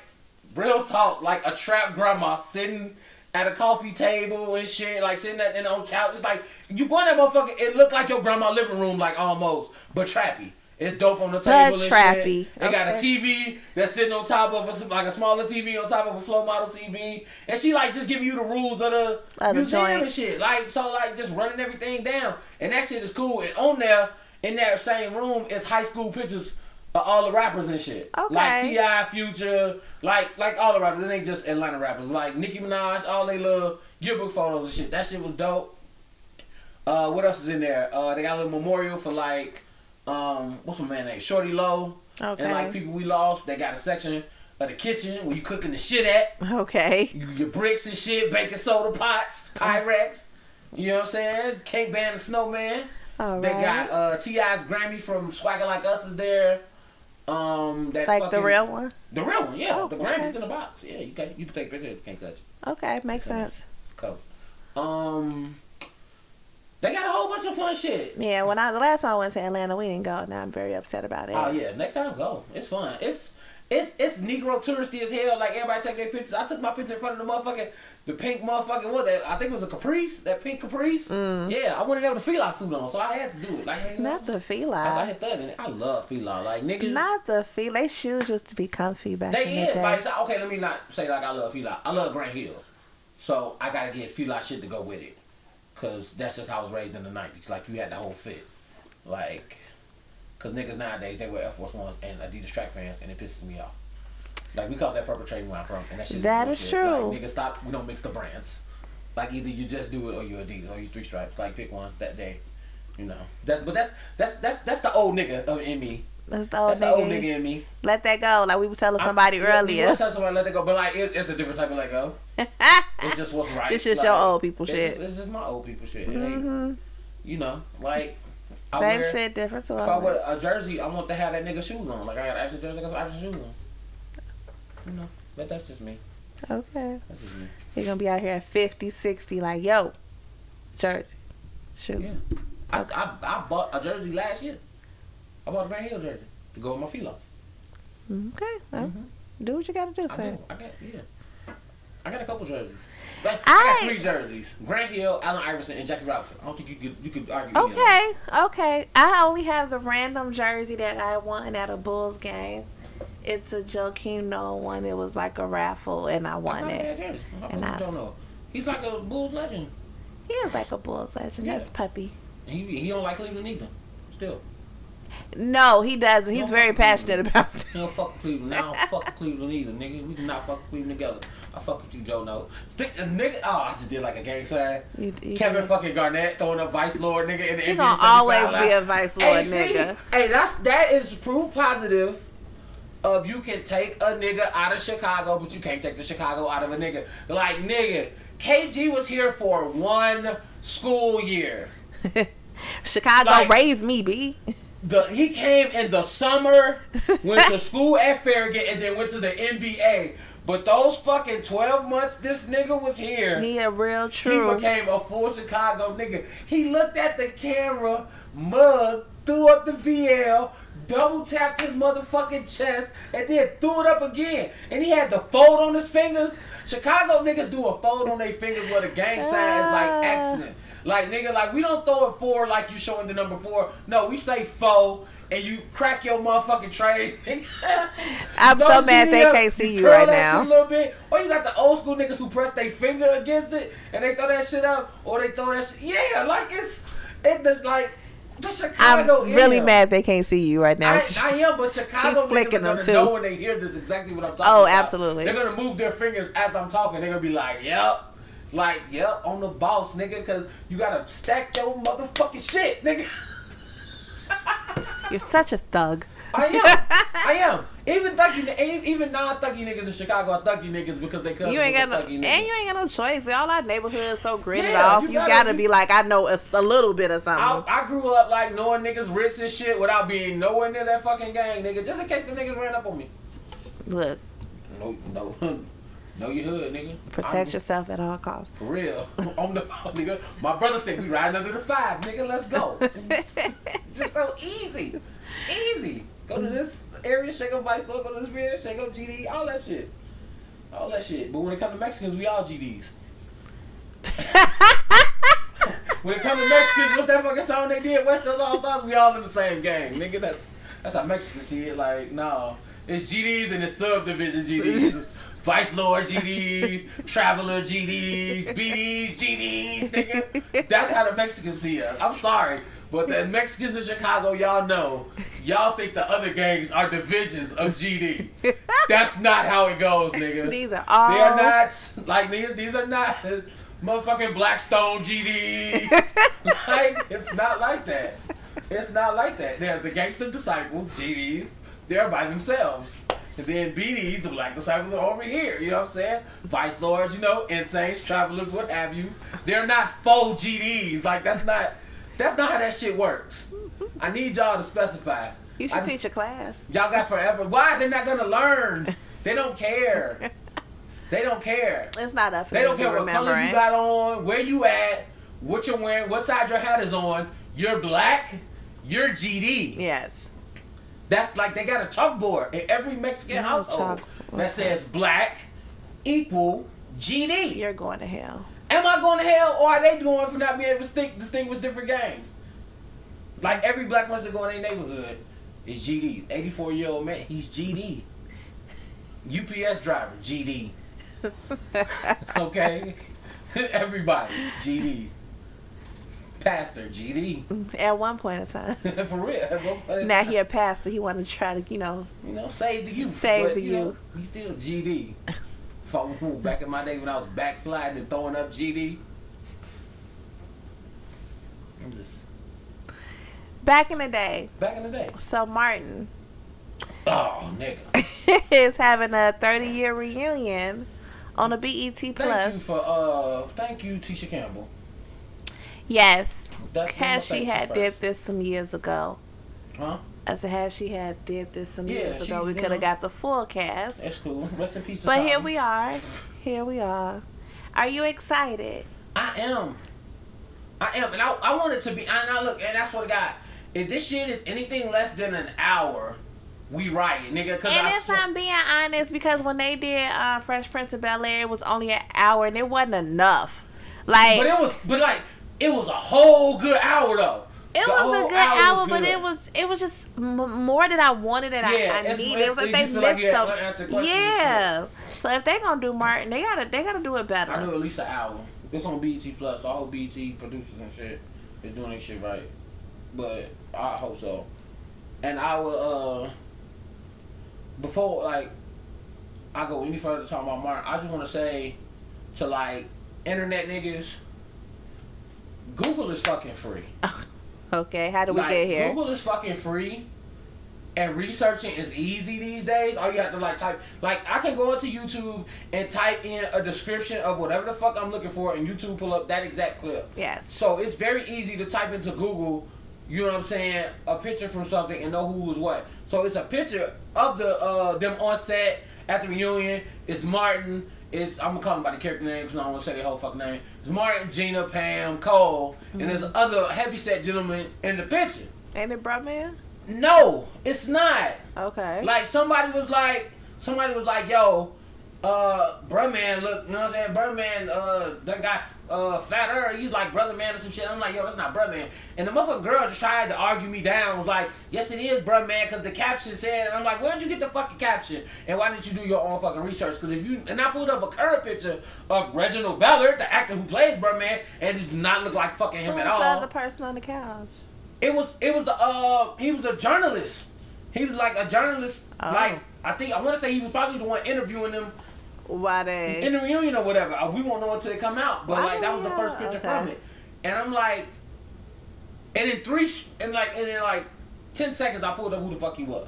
S4: real talk, like a trap grandma sitting at a coffee table and shit, like sitting at, in on couch. It's like you go in that motherfucker. It looked like your grandma living room, like almost, but trappy. It's dope on the table. and
S5: trappy.
S4: Shit. They got a
S5: Okay.
S4: TV that's sitting on top of a, like a smaller TV on top of a floor model TV, and she like just giving you the rules of the
S5: Of the
S4: museum
S5: joint.
S4: and shit. Like so, like just running everything down, and that shit is cool. And on there, in that same room, is high school pictures of all the rappers and shit. Like
S5: Okay.
S4: Ti, Future, like like all the rappers. It ain't just Atlanta rappers. Like Nicki Minaj, all they little yearbook photos and shit. That shit was dope. Uh, what else is in there? Uh, they got a little memorial for like, um, what's my man name? Shorty Low.
S5: Okay.
S4: And like people we lost, they got a section of the kitchen where you cooking the shit at
S5: <laughs> okay.
S4: you- your bricks and shit, baking soda pots, Pyrex. You know what I'm saying? Can't ban the snowman.
S5: All
S4: They
S5: right.
S4: got uh, T.I.'s Grammy from Swagger Like Us is there. Um, that
S5: like
S4: fucking-
S5: the real one.
S4: the real one, yeah.
S5: Oh,
S4: the Grammy's
S5: okay.
S4: in the box. Yeah, you can you can take pictures, can't touch. it.
S5: Okay, makes sense.
S4: It's cool. Um, they got a whole bunch of fun shit.
S5: Yeah, when I the last time I went to Atlanta, we didn't go. Now I'm very upset about it.
S4: Oh yeah, next time go. It's fun. It's it's it's Negro touristy as hell. Like everybody take their pictures. I took my picture in front of the motherfucking the pink motherfucking what that I think it was a caprice that pink caprice. Yeah, I wanted to have the fila suit on, so I had to do it. Like you know,
S5: Mm. Not the
S4: I, I
S5: feline.
S4: had thug in it. I love fila. Like niggas,
S5: Not the feet. They shoes used to be comfy back in
S4: they
S5: the
S4: is
S5: day.
S4: like so- okay. Let me not say like I love fila. I love Grand Hills, so I gotta get fila shit to go with it, cause that's just how I was raised in the nineties. Like you had the whole fit, like. Cause niggas nowadays they wear Air Force Ones and Adidas track pants and it pisses me off. Like we call that perpetrating where I'm from, and that shit.
S5: That is
S4: bullshit. Like,
S5: true.
S4: niggas, stop. We don't mix the brands. Like either you just do it or you Adidas or you three stripes. Like pick one that day. You know. That's but that's that's that's that's the old nigga of in me.
S5: That's the old,
S4: That's
S5: nigga.
S4: the old nigga in me.
S5: Let that go. Like we were telling
S4: I-
S5: somebody
S4: yeah,
S5: earlier.
S4: You tell somebody let that go, but like it, it's a different type of let go. It's just
S5: <laughs>
S4: what's right.
S5: This is
S4: like,
S5: your old people
S4: it's
S5: shit.
S4: Just, it's just my old people shit. It ain't-
S5: hmm
S4: you know, like I
S5: Same
S4: wear-
S5: shit, different
S4: If I
S5: toilet.
S4: wear a jersey, I want to have that nigga shoes on. Like I got extra jersey, I got some extra shoes on. You know, but that's just me.
S5: Okay.
S4: That's just me.
S5: You're gonna be out here at 50, 60, like yo, jersey, shoes.
S4: Yeah. I, I I bought a jersey last year. I bought a Grand Hill jersey to go with my feel off.
S5: Okay. well, Do what you gotta do,
S4: Mm-hmm. I
S5: sir.
S4: do. I got yeah. I got a couple jerseys. Like, I,
S5: I-
S4: got three jerseys: Grant Hill, Allen Iverson, and Jackie Robinson. I don't think you could you could argue. any of them.
S5: Okay, okay. I only have the random jersey that I won at a Bulls game. It's a Joakim Noah one. It was like a raffle, and I
S4: That's
S5: won
S4: not a bad
S5: it.
S4: jersey. I
S5: And I-
S4: just don't know. He's like a Bulls legend.
S5: He is like a Bulls legend.
S4: Yeah.
S5: That's puppy.
S4: And he he don't like Cleveland either. Still,
S5: No, he doesn't. He's
S4: Don't
S5: very
S4: fuck with him.
S5: passionate about it.
S4: he don't fuck with Cleveland. I don't fuck with Cleveland either, nigga. We do not fuck with Cleveland together. I fuck with you, Joe. No, stick a nigga. Oh, I just did like a gang sign.
S5: You- you-
S4: Kevin fucking Garnett throwing up Vice Lord, nigga. In the
S5: He
S4: NBA
S5: gonna
S4: 75
S5: always be a
S4: out.
S5: vice
S4: Hey,
S5: lord
S4: see?
S5: nigga.
S4: Hey, that's that is proof positive of you can take a nigga out of Chicago, but you can't take the Chicago out of a nigga. Like nigga, KG was here for one school year.
S5: Chicago
S4: Like-
S5: raised me, B.
S4: the he came in the
S5: <laughs>
S4: summer, went to school at Farragut, and then went to the NBA. But those fucking twelve months this nigga was here,
S5: He a real
S4: he
S5: true.
S4: became a full Chicago nigga. He looked at the camera, mug, threw up the VL, double tapped his motherfucking chest, and then threw it up again. And he had the fold on his fingers. Chicago niggas do a fold on their fingers where the gang sign is like
S5: Ah.
S4: accent. Like nigga, like we don't throw it four like you showing the number four. No, we say four. And you crack your motherfucking trays. <laughs>
S5: I'm so
S4: Those
S5: mad they
S4: niggas,
S5: can't see you
S4: curl
S5: right
S4: that
S5: now.
S4: shit a little bit, or you got the old school niggas who press their finger against it and they throw that shit up, or they throw that shit. Yeah, like it's it does like the
S5: I'm
S4: Chicago.
S5: really
S4: area.
S5: mad they can't see you right now.
S4: I, I am, but Chicago
S5: He flicking
S4: niggas are gonna
S5: them, too.
S4: know when they hear this exactly what I'm talking
S5: Oh,
S4: about.
S5: absolutely.
S4: They're gonna move their fingers as I'm talking. They're gonna be like, "Yep." Like, yep, on the boss, nigga, cause you gotta stack your motherfucking shit, nigga.
S5: You're such a thug.
S4: I
S5: <laughs>
S4: am, I am. Even thuggy, e, even non-thuggy niggas in Chicago are thuggy niggas because they cousins
S5: You ain't got
S4: was
S5: no,
S4: a thuggy
S5: and you
S4: nigga.
S5: ain't got no choice. All our neighborhood's so gridded
S4: Yeah,
S5: off.
S4: you
S5: You,
S4: gotta
S5: gotta,
S4: be-
S5: be like, I know it's a little bit of
S4: I,
S5: something.
S4: I grew up like knowing niggas writs and shit without being nowhere near that fucking gang, nigga. Just in case the niggas ran up on me.
S5: Look,
S4: No, no, <laughs> no, you hood, nigga.
S5: protect
S4: I'm-
S5: yourself at all costs.
S4: For real, <laughs> on the nigga. My brother said we riding under the five, nigga. Let's
S5: <laughs>
S4: go. it's just so easy, easy. Go to this area, shake up vice store. Go to this area, shake up GD. All that shit, all that shit. But when it comes to Mexicans, we all GDs. when it comes to Mexicans, what's that fucking song they did? West of All Stars. We all in the same gang, nigga. That's that's how Mexicans see it. Like, no, it's GDs and it's subdivision GDs. It's Vice Lord GDs, Traveler GDs, BDs, GDs, nigga. That's how the Mexicans see us. I'm sorry, but the Mexicans in Chicago, y'all know, y'all think the other gangs are divisions of GD. That's not how it goes, nigga.
S5: <laughs> These are
S4: They are
S5: all
S4: not like these. These are not motherfucking Blackstone GDs.
S5: <laughs>
S4: like it's not like that. It's not like that. They're the gangster disciples GDs. They're by themselves. And then BDs, the black disciples, are over here. You know what I'm saying? Vice lords, you know, insanes, travelers, what have you. They're not faux GDs. Like that's not. That's not how that shit works. I need y'all to specify.
S5: You should
S4: I-
S5: teach a class.
S4: Y'all got forever. Why? They're not gonna learn. They don't care. They don't care.
S5: It's not up for
S4: They
S5: them
S4: don't
S5: to
S4: care what color you
S5: remembering.
S4: got on, where you at, what you're wearing, what side your hat is on. You're black. You're GD.
S5: Yes.
S4: That's like they got a chalkboard in every Mexican
S5: No
S4: household
S5: chalk-
S4: that says black equal GD.
S5: You're going
S4: <laughs>
S5: to hell. <laughs>
S4: Am I going to hell or are they going for not being able to distinct, distinguish different gangs? Like every black person going in their neighborhood is GD. 84 year old man, he's GD. UPS driver, GD. Okay? <laughs> Everybody, GD. Pastor, GD.
S5: At one point in
S4: <laughs>
S5: time.
S4: For real.
S5: Now he a pastor. He wanted to try to, you know,
S4: You know, save the youth.
S5: Save
S4: but,
S5: the
S4: you know,
S5: youth.
S4: He still <laughs> GD. if I were back in my day when I was backsliding and throwing up GD. I'm just
S5: back in the day.
S4: back in the day.
S5: So Martin
S4: Oh, nigga.
S5: <laughs> is having a 30 year reunion on the BET
S4: Thank you
S5: Plus.
S4: for uh, thank you, Tisha Campbell.
S5: yes,
S4: That's what
S5: had
S4: I'ma
S5: she
S4: thank you
S5: had did
S4: first.
S5: this some years ago.
S4: Huh?
S5: I said, had she had did this some
S4: Yeah,
S5: years ago,
S4: she's,
S5: we
S4: you
S5: could
S4: know.
S5: have got the full cast.
S4: That's cool. Rest in peace. to
S5: But here
S4: Tommy.
S5: we are. Here we are. Are you excited?
S4: I am. I am, and I, I want it to be. And I look, and I swear to God, if this shit is anything less than an hour, we riot, nigga. Cause
S5: And
S4: I
S5: if
S4: swear-
S5: I'm being honest, because when they did uh, Fresh Prince of Bel Air, it was only an hour, and it wasn't enough. Like
S4: But it was, but like, it was a whole good hour though.
S5: It
S4: The
S5: was a
S4: whole
S5: good hour,
S4: was
S5: but
S4: good.
S5: it was it was just m- more than I wanted and
S4: Yeah,
S5: I, I
S4: it's-
S5: needed. It
S4: it's-
S5: was like
S4: you
S5: they
S4: feel like you
S5: missed
S4: had unanswered
S5: so
S4: questions and
S5: yeah. So if they gonna do Martin, they gotta they gotta do it
S4: I knew
S5: better.
S4: at least an hour. It's on BT Plus, so I hope BT producers and shit is doing their shit right. But I hope so. And I will uh before like I go any further talking about Martin, I just wanna say to like internet niggas, Google is fucking free.
S5: Okay, how do we
S4: Like,
S5: get here?
S4: Google is fucking free, and researching is easy these days. All you have to like type, like I can go into YouTube and type in a description of whatever the fuck I'm looking for, and YouTube pull up that exact clip.
S5: Yes.
S4: So it's very easy to type into Google you know what I'm saying, a picture from something and know who was what. So it's a picture of the uh, them on set at the reunion. It's Martin. It's I'm gonna call them by the character name because I don't want to say their whole fucking name. It's Martin, Gina, Pam, Cole, and there's other heavyset gentlemen in the picture.
S5: Ain't it Brutman?
S4: No, it's not.
S5: Okay.
S4: Like somebody was like, somebody was like, yo, uh, bruh man, look, you know what I'm saying? Bruh man, uh, that guy, uh, fatter, he's like brother man or some shit. I'm like, yo, that's not bruh man. And the motherfucking girl just tried to argue me down. Was like, yes, it is bruh man, cause the caption said. And I'm like, where'd you get the fucking caption? And why didn't you do your own fucking research? Cause if you and I pulled up a current picture of Reginald Ballard, the actor who plays bruh man, and it did not look like fucking
S5: Who
S4: him
S5: was
S4: at
S5: the
S4: all.
S5: other person on the couch?
S4: It was it was the uh he was a journalist. He was like a journalist.
S5: Oh.
S4: Like I think I want to say he was probably the one interviewing them
S5: Why they?
S4: in the reunion or whatever. Uh, We won't know until it come out. But like that was the first
S5: Oh,
S4: picture
S5: okay.
S4: from it, and I'm like, and in three sh- and like and in like ten seconds I pulled up who the fuck he was.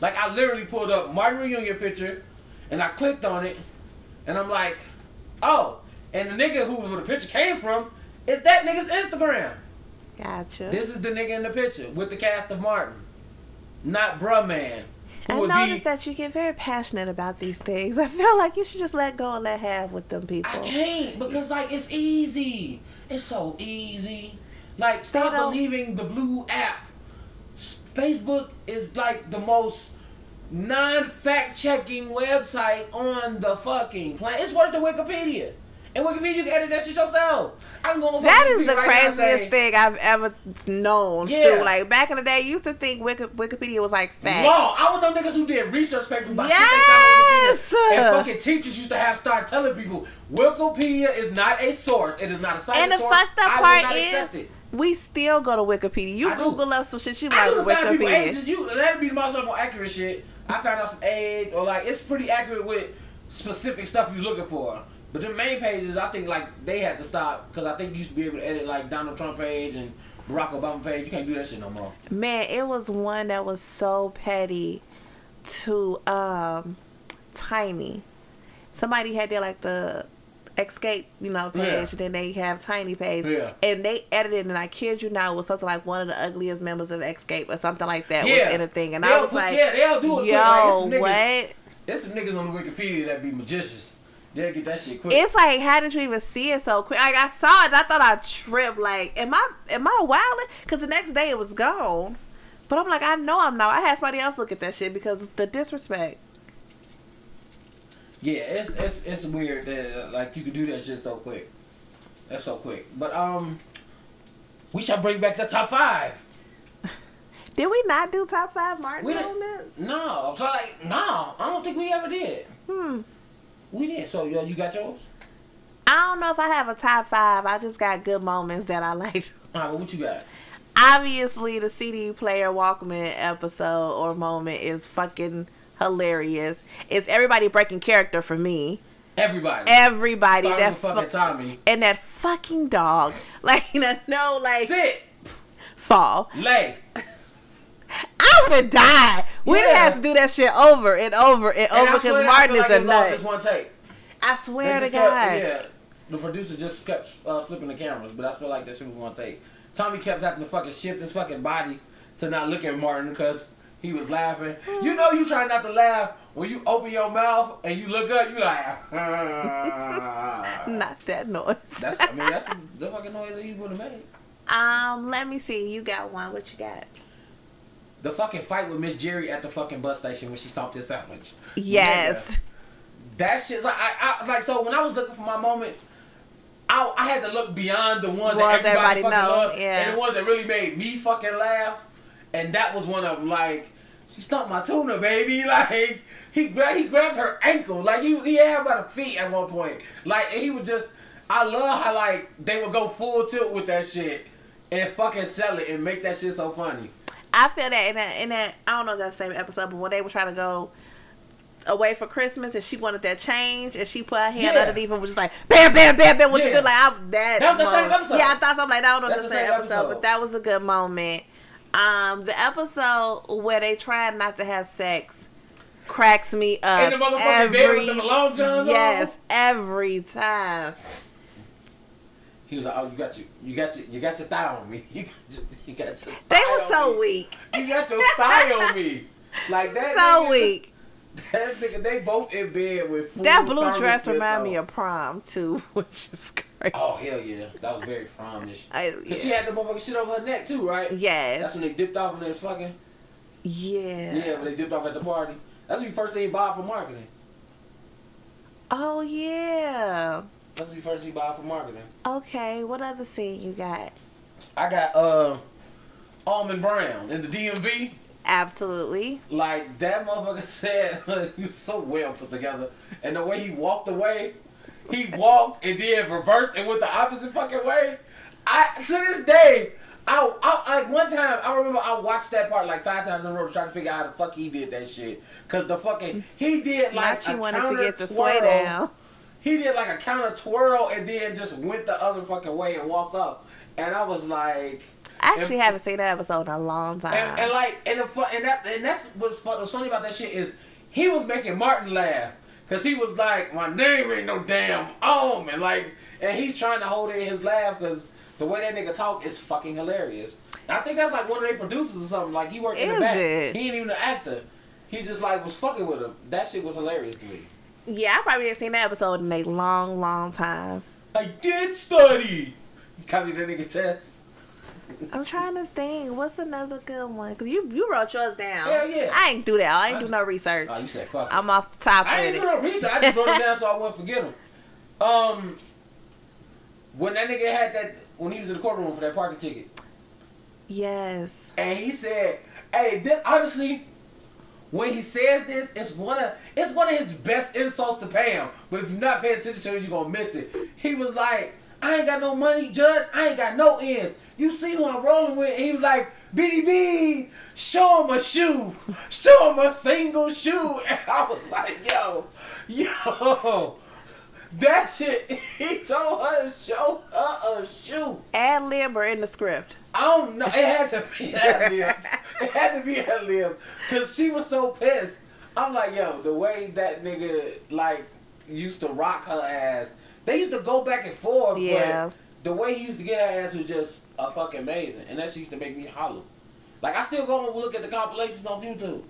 S4: Like I literally pulled up Martin reunion picture, and I clicked on it, and I'm like, oh, and the nigga who the picture came from is that nigga's Instagram.
S5: gotcha.
S4: This is the nigga in the picture with the cast of Martin, not Bruh Man. Who
S5: I
S4: would
S5: noticed
S4: be,
S5: that you get very passionate about these things. I feel like you should just let go and let have with them people.
S4: I can't because like it's easy. It's so easy. Like stop
S5: don't-
S4: believing the blue app. S- Facebook is like the most non-fact checking website on the fucking planet. It's worse than Wikipedia. And Wikipedia, you can edit that shit yourself. I'm going.
S5: <laughs> That is the craziest thing I've ever known.
S4: Yeah.
S5: Too, like back in the day, I used to think Wiki- Wikipedia was like facts.
S4: Law. I would know niggas who did research papers about
S5: Yes!
S4: shit they found on Wikipedia. And fucking teachers used to have start telling people Wikipedia is not a source. It is not a science
S5: And the
S4: source.
S5: fucked up
S4: I will
S5: part
S4: not
S5: is,
S4: accept it.
S5: we still go to Wikipedia. You
S4: I do.
S5: Google up some shit, you
S4: I
S5: like
S4: would have found people
S5: Wikipedia.
S4: ages. You that'd be the most level accurate shit. I found out some age or like it's pretty accurate with specific stuff you're looking for. But the main pages, I think like they had to stop because I think you used to be able to edit like Donald Trump page and Barack Obama page. You can't do that shit no more.
S5: Man, it was one that was so petty to um Tiny. Somebody had their like the escape, you know, page,
S4: Yeah.
S5: and then they have Tiny page,
S4: Yeah.
S5: and they edited. And I kid you not, it was something like one of the ugliest members of Escape or something like that
S4: Yeah.
S5: was in a thing, and I
S4: They'll
S5: was
S4: put-
S5: like,
S4: yeah, <laughs> they'll do it quick, like,
S5: Yo,
S4: it's niggas."
S5: what?
S4: There's some niggas on the Wikipedia that be magicians. They'll get that shit quick.
S5: It's like, how did you even see it so quick? Like I saw it, and I thought I tripped. Like, am I am I wilding? Because the next day it was gone. But I'm like, I know I'm not. I had somebody else look at that shit because the disrespect.
S4: Yeah, it's it's it's weird that uh, like you can do that shit so quick. That's so quick. But um, we shall bring back the top five.
S5: Did we not do top five Martin
S4: We didn't-
S5: moments?
S4: No, so like no, I don't think we ever did.
S5: Hmm.
S4: We did. So yo, you got yours?
S5: I don't know if I have a top five. I just got good moments that I <laughs> liked.
S4: All right, well, what you got?
S5: Obviously, the CD player Walkman episode or moment is fucking hilarious. It's everybody breaking character for me.
S4: Everybody.
S5: Everybody
S4: Starting
S5: that
S4: with fucking
S5: fuck-
S4: Tommy.
S5: and that fucking dog, <laughs> like you know, no, like
S4: Sit,
S5: fall.
S4: lay.
S5: I would have died. We'd
S4: Yeah.
S5: have to do that shit over and over and,
S4: And I
S5: over
S4: swear
S5: Oh, because
S4: I
S5: Martin
S4: feel like
S5: is a
S4: it's all
S5: nut.
S4: Just one take.
S5: I
S4: They
S5: swear to
S4: just
S5: God.
S4: kept- yeah, the producer just kept uh, flipping the cameras, but I feel like that shit was gonna take. Tommy kept having to fucking shift his fucking body to not look at Martin because he was laughing. You know, you try not to laugh when you open your mouth and you look up. You like,
S5: Not that noise.
S4: <laughs> that's. I mean, that's what the fucking noise that he would have made.
S5: Um, let me see. You got one. What you got?
S4: The fucking fight with Miss Jerry at the fucking bus station when she stomped his sandwich.
S5: Yes.
S4: That shit's like I, I like so when I was looking for my moments, I I had to look beyond the ones
S5: Ones
S4: that everybody,
S5: everybody
S4: fucking
S5: know,
S4: loved
S5: yeah.
S4: and the ones that really made me fucking laugh, and that was one of them. Like she stomped my tuna, baby. <laughs> Like he grabbed he grabbed her ankle. Like he he had her by the feet at one point. Like and he was just I love how like they would go full tilt with that shit and fucking sell it and make that shit so funny.
S5: I feel that in that in that I don't know if that's the same episode, but when they were trying to go away for Christmas and she wanted that change and she put her hand
S4: Yeah.
S5: underneath and was just like bam bam bam bam with
S4: Yeah.
S5: the good like I, that
S4: That was the same
S5: moment.
S4: episode.
S5: Yeah, I thought so. I'm like, I don't know if
S4: That's
S5: that's the same, episode, but that was a good moment. Um the episode where they tried not to have sex cracks me up.
S4: And the motherfucking bed with
S5: every,
S4: the long johns on.
S5: yes, every time.
S4: He was like, "Oh, you got your, you got your, you got your thigh on me. <laughs> You got your, you got your
S5: They
S4: thigh
S5: were
S4: on
S5: so
S4: me.
S5: weak.
S4: You got your thigh on me.
S5: <laughs>
S4: Like that.
S5: So
S4: nigga-
S5: weak.
S4: <laughs> That nigga, they both in bed with full
S5: That blue
S4: thermal
S5: dress
S4: fits
S5: reminded
S4: on.
S5: me of prom too, <laughs> which is crazy.
S4: Oh hell yeah, that was very promish.
S5: I,
S4: Cause she
S5: yeah.
S4: had the motherfucking shit over her neck too, right? That's
S5: Yes.
S4: when they dipped off and they was fucking.
S5: Yeah.
S4: Yeah, when they dipped off at the party. That's when you first see Bob for marketing.
S5: Oh yeah.
S4: That's when you first see Bob for marketing.
S5: Okay. What other scene you got?
S4: I got uh, Almond Brown in the DMV.
S5: Absolutely.
S4: Like that motherfucker <laughs> said, he was so well put together, and the way he walked away, he walked and then reversed and went the opposite fucking way. I to this day, I, I like one time I remember I watched that part like five times in a row trying to figure out how the fuck he did that shit, cause the fucking he did like
S5: Not you
S4: a
S5: wanted to
S4: counter
S5: get the sway
S4: twirl.
S5: down.
S4: He did like a counter twirl and then just went the other fucking way and walked up, and I was like.
S5: I actually
S4: And-
S5: haven't seen that episode in a long time.
S4: And, and like and the fu- and that and that's what's, fu- what's funny about that shit is he was making Martin laugh because he was like my name ain't no damn om and like and he's trying to hold in his laugh because the way that nigga talk is fucking hilarious. And I think that's like one of their producers or something. Like he worked in
S5: Is
S4: the back.
S5: it?
S4: He ain't even an actor. He just like was fucking with him. That shit was hilarious to me.
S5: yeah, I probably haven't seen that episode in a long, long time.
S4: I did study. Copy that nigga test.
S5: I'm trying to think. What's another good one? Cause you you wrote yours down.
S4: Hell yeah.
S5: I ain't do that. I ain't do no research.
S4: Oh, you said fuck. it.
S5: I'm off the top
S4: I
S5: with
S4: didn't
S5: it.
S4: do no research. I just wrote it down so I wouldn't forget him. Um, when that nigga had that, when he was in the courtroom for that parking ticket,
S5: Yes.
S4: and he said, "Hey, this honestly." When he says this, it's one of it's one of his best insults to Pam. But if you're not paying attention to it, you're gonna miss it. He was like, "I ain't got no money, Judge. I ain't got no ends. You see who I'm rolling with?" And he was like, "Bitty B, show him a shoe, show him a single shoe." <laughs> And I was like, "Yo, yo, <laughs> that shit." <laughs> He told her to show her a shoe.
S5: Ad lib or in the script.
S4: I don't know. It had to be ad lib. It had to be ad lib because she was so pissed. I'm like, yo, the way that nigga like used to rock her ass. They used to go back and forth.
S5: Yeah.
S4: But the way he used to get her ass was just a fucking amazing, and that shit used to make me hollow. Like I still go and look at the compilations on YouTube.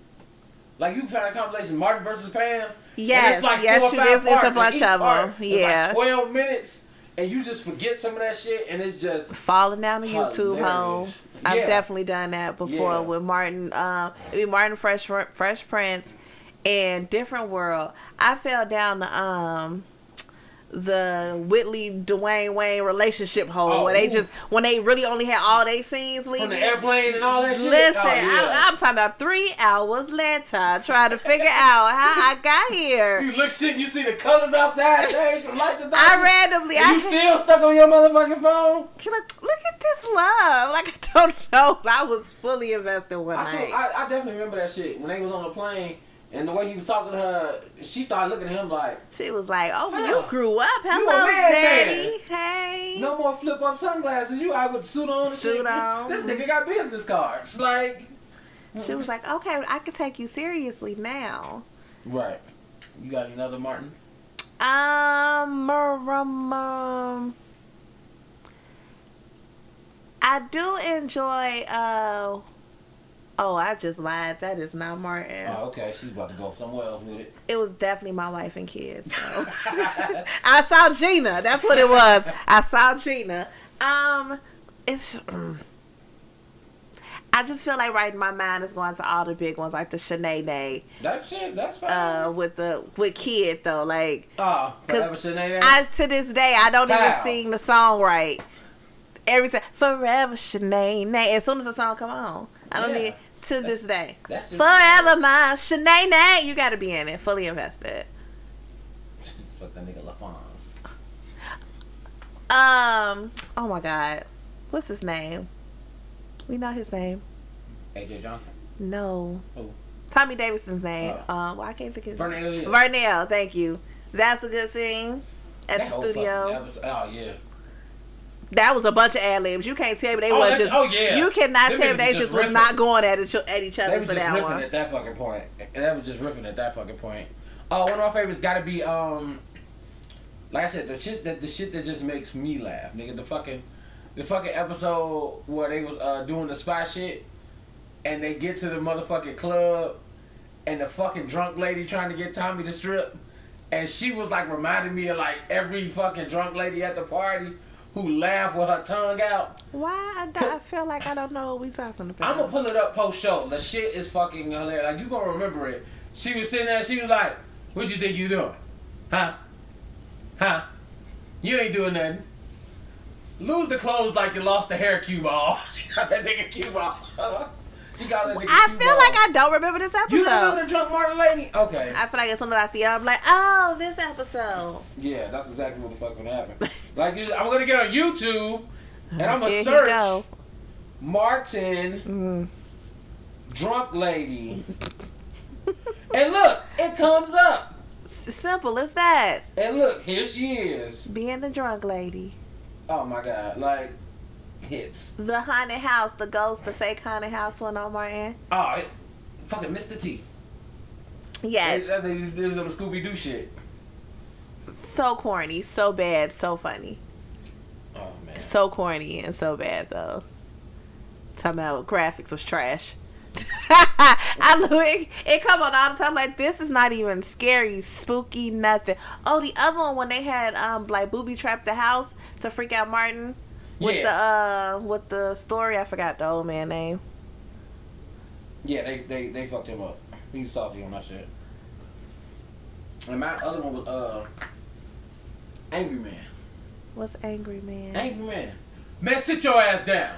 S4: Like you found a compilation Martin versus Pam. and
S5: Yes,
S4: it's like
S5: yes,
S4: four or
S5: you
S4: five
S5: did. It's a
S4: parts, and
S5: bunch
S4: each
S5: of 'em,
S4: part is
S5: yeah.
S4: like twelve minutes, and you just forget some of that shit, and it's just
S5: Falling down the YouTube
S4: Hilarious.
S5: hole. I've
S4: Yeah.
S5: definitely done that before
S4: Yeah.
S5: with Martin. Um, I mean, Martin Fresh Fresh Prince and Different World. I fell down the um the Whitley Dwayne Wayne relationship hole
S4: Oh,
S5: where they
S4: ooh.
S5: just when they really only had all they scenes leaving.
S4: on the airplane and all that shit.
S5: Listen,
S4: Oh, yeah.
S5: I, I'm talking about three hours later, trying to figure out how I got here.
S4: <laughs> you look shit, you see the colors outside change from light to dark.
S5: I randomly,
S4: And
S5: I
S4: you still stuck on your motherfucking phone?
S5: You're like, look at this love. <laughs> Like I don't know. I was fully invested one
S4: I,
S5: night.
S4: still, I, I definitely remember that shit when they was on the plane and the way he was talking to her. She started looking at him like,
S5: she was like, "Oh,
S4: Huh.
S5: you grew up.
S4: a
S5: Hello,
S4: man
S5: Daddy. Hey."
S4: "No more flip up sunglasses. You out with suit on, and
S5: Suit
S4: shit.
S5: on.
S4: This nigga got business cards, like
S5: She was like, "Okay, I can take you seriously now."
S4: right." You got another Martins?
S5: Um, um, um I do enjoy. Uh, oh, I just lied. That is not Martin.
S4: Oh, okay. She's about to go somewhere else with it.
S5: It was definitely my wife and kids. so. <laughs> I saw Gina. That's what it was. I saw Gina. Um, it's. mm. I just feel like right in my mind is going to all the big ones like the Shanae Day,
S4: That shit. That's fine.
S5: uh, with the with kid though. Like
S4: oh, forever
S5: 'cause
S4: Sinead.
S5: I to this day I don't even
S4: How?
S5: sing the song right. Every time, forever Shanae Nay. As soon as the song come on, I don't
S4: Yeah.
S5: need to this day.
S4: That shit-
S5: Forever my Shanae Nay. You got to be in it, fully invested.
S4: <laughs> Fuck that nigga LaFonz.
S5: Um. Oh my God. What's his name? We know his name.
S4: AJ Johnson.
S5: No.
S4: Who?
S5: Tommy Davidson's name.
S4: Oh.
S5: um. Well, I can't think of his name.
S4: Vernon Elliott.
S5: Vernell. Thank you. That's a good scene. At
S4: That
S5: the
S4: whole fucking
S5: studio.
S4: episode- Oh yeah.
S5: That was a bunch of ad libs. You can't tell me they
S4: Oh,
S5: were
S4: that's-
S5: just.
S4: oh, yeah.
S5: You cannot
S4: Them
S5: tell me
S4: niggas
S5: they
S4: is
S5: just
S4: just
S5: was
S4: riffing.
S5: not going at each, at each
S4: They
S5: other
S4: was
S5: for
S4: just
S5: that
S4: riffing
S5: one.
S4: at that fucking point. And That was just riffing at that fucking point. Oh, one of my favorites got to be um, like I said, the shit that the shit that just makes me laugh, nigga. The fucking, the fucking episode where they was uh, doing the spy shit, and they get to the motherfucking club, and the fucking drunk lady trying to get Tommy to strip, and she was like reminding me of like every fucking drunk lady at the party who laughed with her tongue out.
S5: Why I, don't- I feel like I don't know what we talking about.
S4: I'm gonna pull it up post show. The shit is fucking hilarious. Like you gonna remember it. She was sitting there. She was like, "What you think you doing? Huh? Huh? You ain't doing nothing. Lose the clothes like you lost the hair <laughs> cue ball. she got that nigga cue ball. she got that nigga
S5: I
S4: cue
S5: feel
S4: ball.
S5: like I don't remember this episode.
S4: You don't remember the drunk Martin lady? Okay.
S5: I feel like as soon as I see it, I'm like, oh, this episode.
S4: Yeah, that's exactly what the fuck gonna happen. like you- I'm gonna get on YouTube and I'm
S5: Oh,
S4: gonna
S5: Here he
S4: search
S5: go.
S4: Martin
S5: Mm.
S4: drunk lady. and look, it comes up.
S5: S- simple as that.
S4: And look, here she is.
S5: Being the drunk lady,
S4: Oh my god, like hits.
S5: the haunted house, the ghost, the fake haunted house one on Martin.
S4: Oh, it, fucking Mr. T.
S5: Yes,
S4: They, they, they was on the Scooby Doo shit.
S5: so corny, so bad, so funny,
S4: Oh man.
S5: so corny and so bad though. Talking about graphics was trash. <laughs> I look, it, it come on all the time. Like this is not even scary, spooky, nothing. Oh, the other one when they had um like booby trapped the house to freak out Martin. with
S4: yeah,
S5: the uh with the story I forgot the old man name.
S4: yeah, they, they they fucked him up. He was salty on that shit. And my other one was uh, Angry Man.
S5: What's Angry Man?
S4: Angry Man. Man, sit your ass down.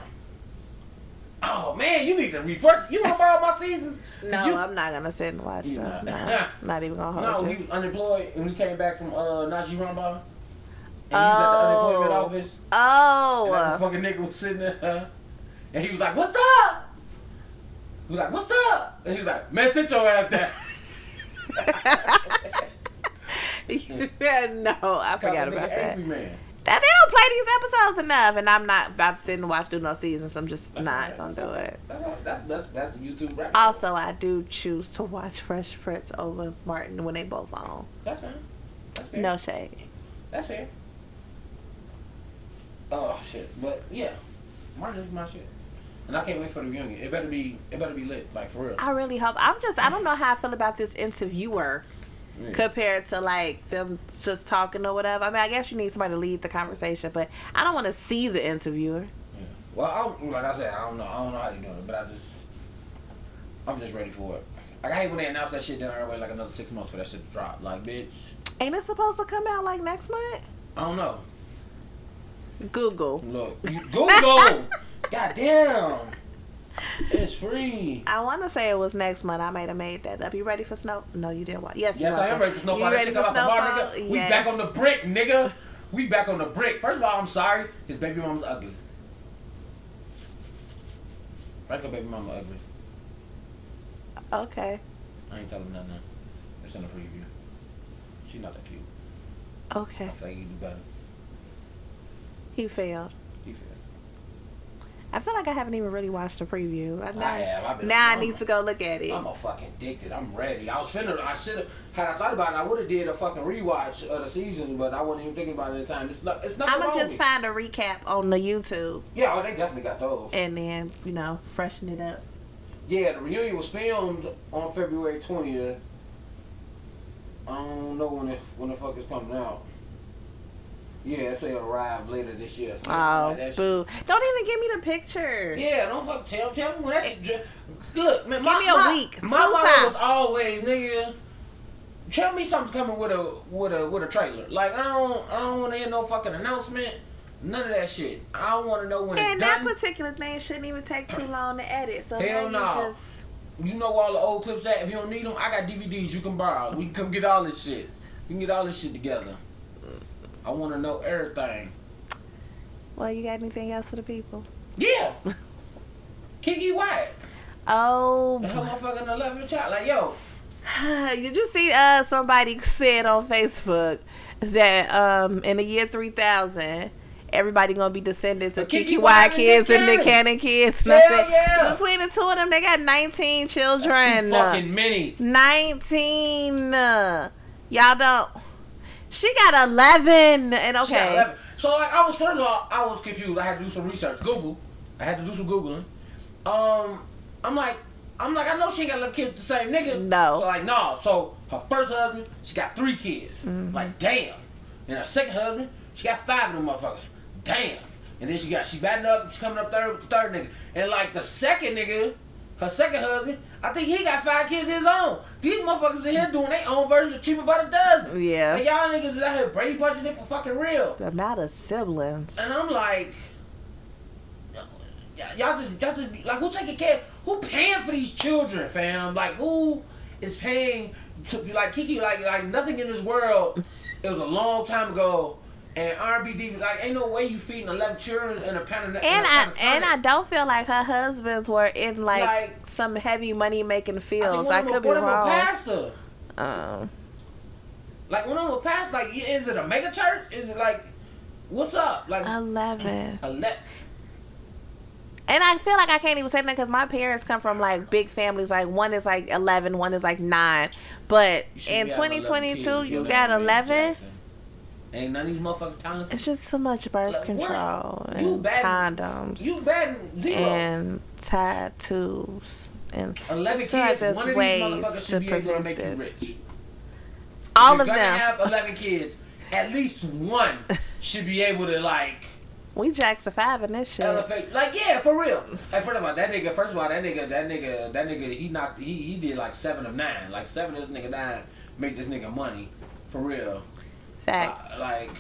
S4: Oh man, you need to reverse. You gonna borrow my seasons? 'Cause
S5: no,
S4: you-
S5: I'm not gonna sit and watch
S4: You <laughs>
S5: that.
S4: not.
S5: No, not even gonna
S4: No,
S5: hold
S4: he
S5: you.
S4: was unemployed and he came back from uh Najee Rumbaugh. And he's at the
S5: Oh.
S4: unemployment office.
S5: Oh,
S4: And that
S5: uh,
S4: fucking nigga was sitting there. And he was like, What's up? He was like, What's up? And he was like, Man, sit your ass
S5: <laughs>
S4: down.
S5: <laughs> yeah, no, I forgot
S4: Called the
S5: about
S4: nigga
S5: that.
S4: Angry man.
S5: that. They don't play these episodes enough, and I'm not about to sit and watch through no seasons. I'm just
S4: That's
S5: not
S4: okay,
S5: gonna
S4: that's
S5: do it.
S4: That's, all, that's, that's, that's YouTube rap.
S5: Also, I do choose to watch Fresh Prince over Martin when they both on.
S4: That's fine. That's fair.
S5: No shade.
S4: That's fair. Oh, shit. But yeah, Martin is my shit. And I can't wait for the reunion. It better be, it better be lit, like for real.
S5: I really hope. I'm just. I don't know how I feel about this interviewer
S4: Yeah.
S5: compared to like them just talking or whatever. I mean, I guess you need somebody to lead the conversation, but I don't want to see the interviewer.
S4: Well, I don't, like I said, I don't know. I don't know how they doing it, but I just, I'm just ready for it. Like I hate when they announce that shit. Then I gotta wait like another six months for that shit to drop. Like, bitch,
S5: Ain't it supposed to come out like next month?
S4: I don't know.
S5: Google.
S4: Look,
S5: <laughs>
S4: you- Google. Goddamn, it's free.
S5: I want to say it was next month. I might have made that up. You ready for snow? No, you didn't want. Yes, you
S4: Yes, I
S5: want
S4: am
S5: that.
S4: ready for snowfall.
S5: You
S4: That shit
S5: ready
S4: come
S5: for
S4: out tomorrow,
S5: snowfall?
S4: nigga. We
S5: Yes.
S4: back on the brick, nigga. We back on the brick. First of all, I'm sorry. His baby mama's ugly. Franco baby mama ugly.
S5: Okay.
S4: I ain't telling him nothing. It's in the preview. She not that cute. I
S5: Okay.
S4: feel like you do better.
S5: He failed.
S4: You feel?
S5: I feel like I haven't even really watched the preview. I,
S4: I have. I've been
S5: now I
S4: I'm-
S5: need to go look at it.
S4: I'm a fucking addicted. I'm ready. I was finna. I should have. Had I thought about it, I would have did a fucking rewatch of the season, but I wasn't even thinking about it at the time. It's not. It's nothing
S5: I'm
S4: wrong
S5: gonna
S4: with
S5: just
S4: it.
S5: find a recap on the YouTube
S4: Yeah, oh, they definitely got those.
S5: and then you know freshen it up.
S4: Yeah, the reunion was filmed on February 20th. I don't know when the, when the fuck it's coming out. Yeah, it say it'll arrive later this year. so
S5: Oh,
S4: like that shit.
S5: boo! Don't even give me the picture.
S4: Yeah, don't fuck tell tell me when that shit. dri- Look, man,
S5: Give
S4: my,
S5: me a
S4: my-
S5: week,
S4: My
S5: two
S4: motto
S5: times.
S4: was always, nigga. Tell me something's coming with a with a with a trailer. Like I don't I don't want to hear no fucking announcement. None of that shit. I want to know when
S5: And
S4: it's
S5: that
S4: done.
S5: particular thing shouldn't even take too long to edit. So
S4: Hell
S5: now
S4: no.
S5: you just
S4: you know where all the old clips at. If you don't need them, I got DVDs you can borrow. We can come get all this shit. We can get all this shit together. I want to know everything.
S5: well, you got anything else for the people? <laughs>
S4: Yeah. Kiki White,
S5: Oh,
S4: the hell motherfucking 11 child. Like, yo,
S5: <sighs> did you see? Uh, somebody said on Facebook that um in the year three thousand. Everybody gonna be descendants of
S4: Of Kiki
S5: Kiki
S4: Wyatt
S5: Wyatt
S4: and
S5: kids
S4: Nick
S5: and Nick
S4: Cannon.
S5: Cannon kids. And
S4: Hell
S5: I said,
S4: yeah.
S5: Between the two of them, they got 19 children.
S4: that's too fucking many.
S5: 19. Y'all don't. She got eleven, and okay,
S4: She got 11. So like I was first of all, I was confused. I had to do some research. Google. I had to do some googling. Um, I'm like, I'm like, I know she ain't got eleven kids with the same nigga.
S5: No.
S4: So like, no. So her first husband, she got three kids.
S5: Mm-hmm.
S4: Like, damn. And her second husband, she got five of them motherfuckers. Damn. And then she got she batting up. She coming up third with the third nigga. And like the second nigga, her second husband, I think he got five kids his own. These motherfuckers in here doing their own version of cheaper by the dozen.
S5: Yeah.
S4: And y'all niggas is out here Brady punching it for fucking real.
S5: the amount of siblings.
S4: And I'm like, y- y'all just, y'all just, be- like, who taking care? Who paying for these children, fam? Like, who is paying to be like Kiki? Like, like nothing in this world. It was a long time ago, and R&B divas like, ain't no way you feeding eleven children in a pan of
S5: And I and I don't feel like her husbands were in like,
S4: Like-
S5: some heavy money making
S4: don't.
S5: fields. I, could be wrong.
S4: pastor.
S5: Um,
S4: Like when I'm a pastor, like, is it a mega church? Is it like, what's up? Like,
S5: Uh, eleven.
S4: ele-
S5: And I feel like I can't even say that because my parents come from like big families. Like one is like eleven, one is like nine. But
S4: You should
S5: in
S4: be having 11
S5: 2022,
S4: kids.
S5: you
S4: You're
S5: got
S4: not Miss
S5: eleven.
S4: Jackson. Ain't none of these motherfuckers talented.
S5: It's just too much
S4: Like,
S5: birth
S4: what?
S5: control
S4: You
S5: and
S4: bad-
S5: condoms
S4: You batting zero.
S5: and tattoos and
S4: eleven
S5: just feel like
S4: kids.
S5: there's
S4: One of these
S5: ways
S4: motherfuckers
S5: to
S4: should be able to
S5: prevent
S4: make
S5: this.
S4: you rich.
S5: all
S4: You're
S5: of
S4: gonna
S5: them.
S4: have eleven kids. At least
S5: <laughs>
S4: one should be able to like
S5: we jacks a five in this shit.
S4: elevate. Like yeah, for real. And first of all, that nigga. First of all, that nigga. That nigga. That nigga. He knocked. He, he did like seven of nine. Like seven of this nigga nine. Make this nigga money. For real.
S5: Facts.
S4: Uh, like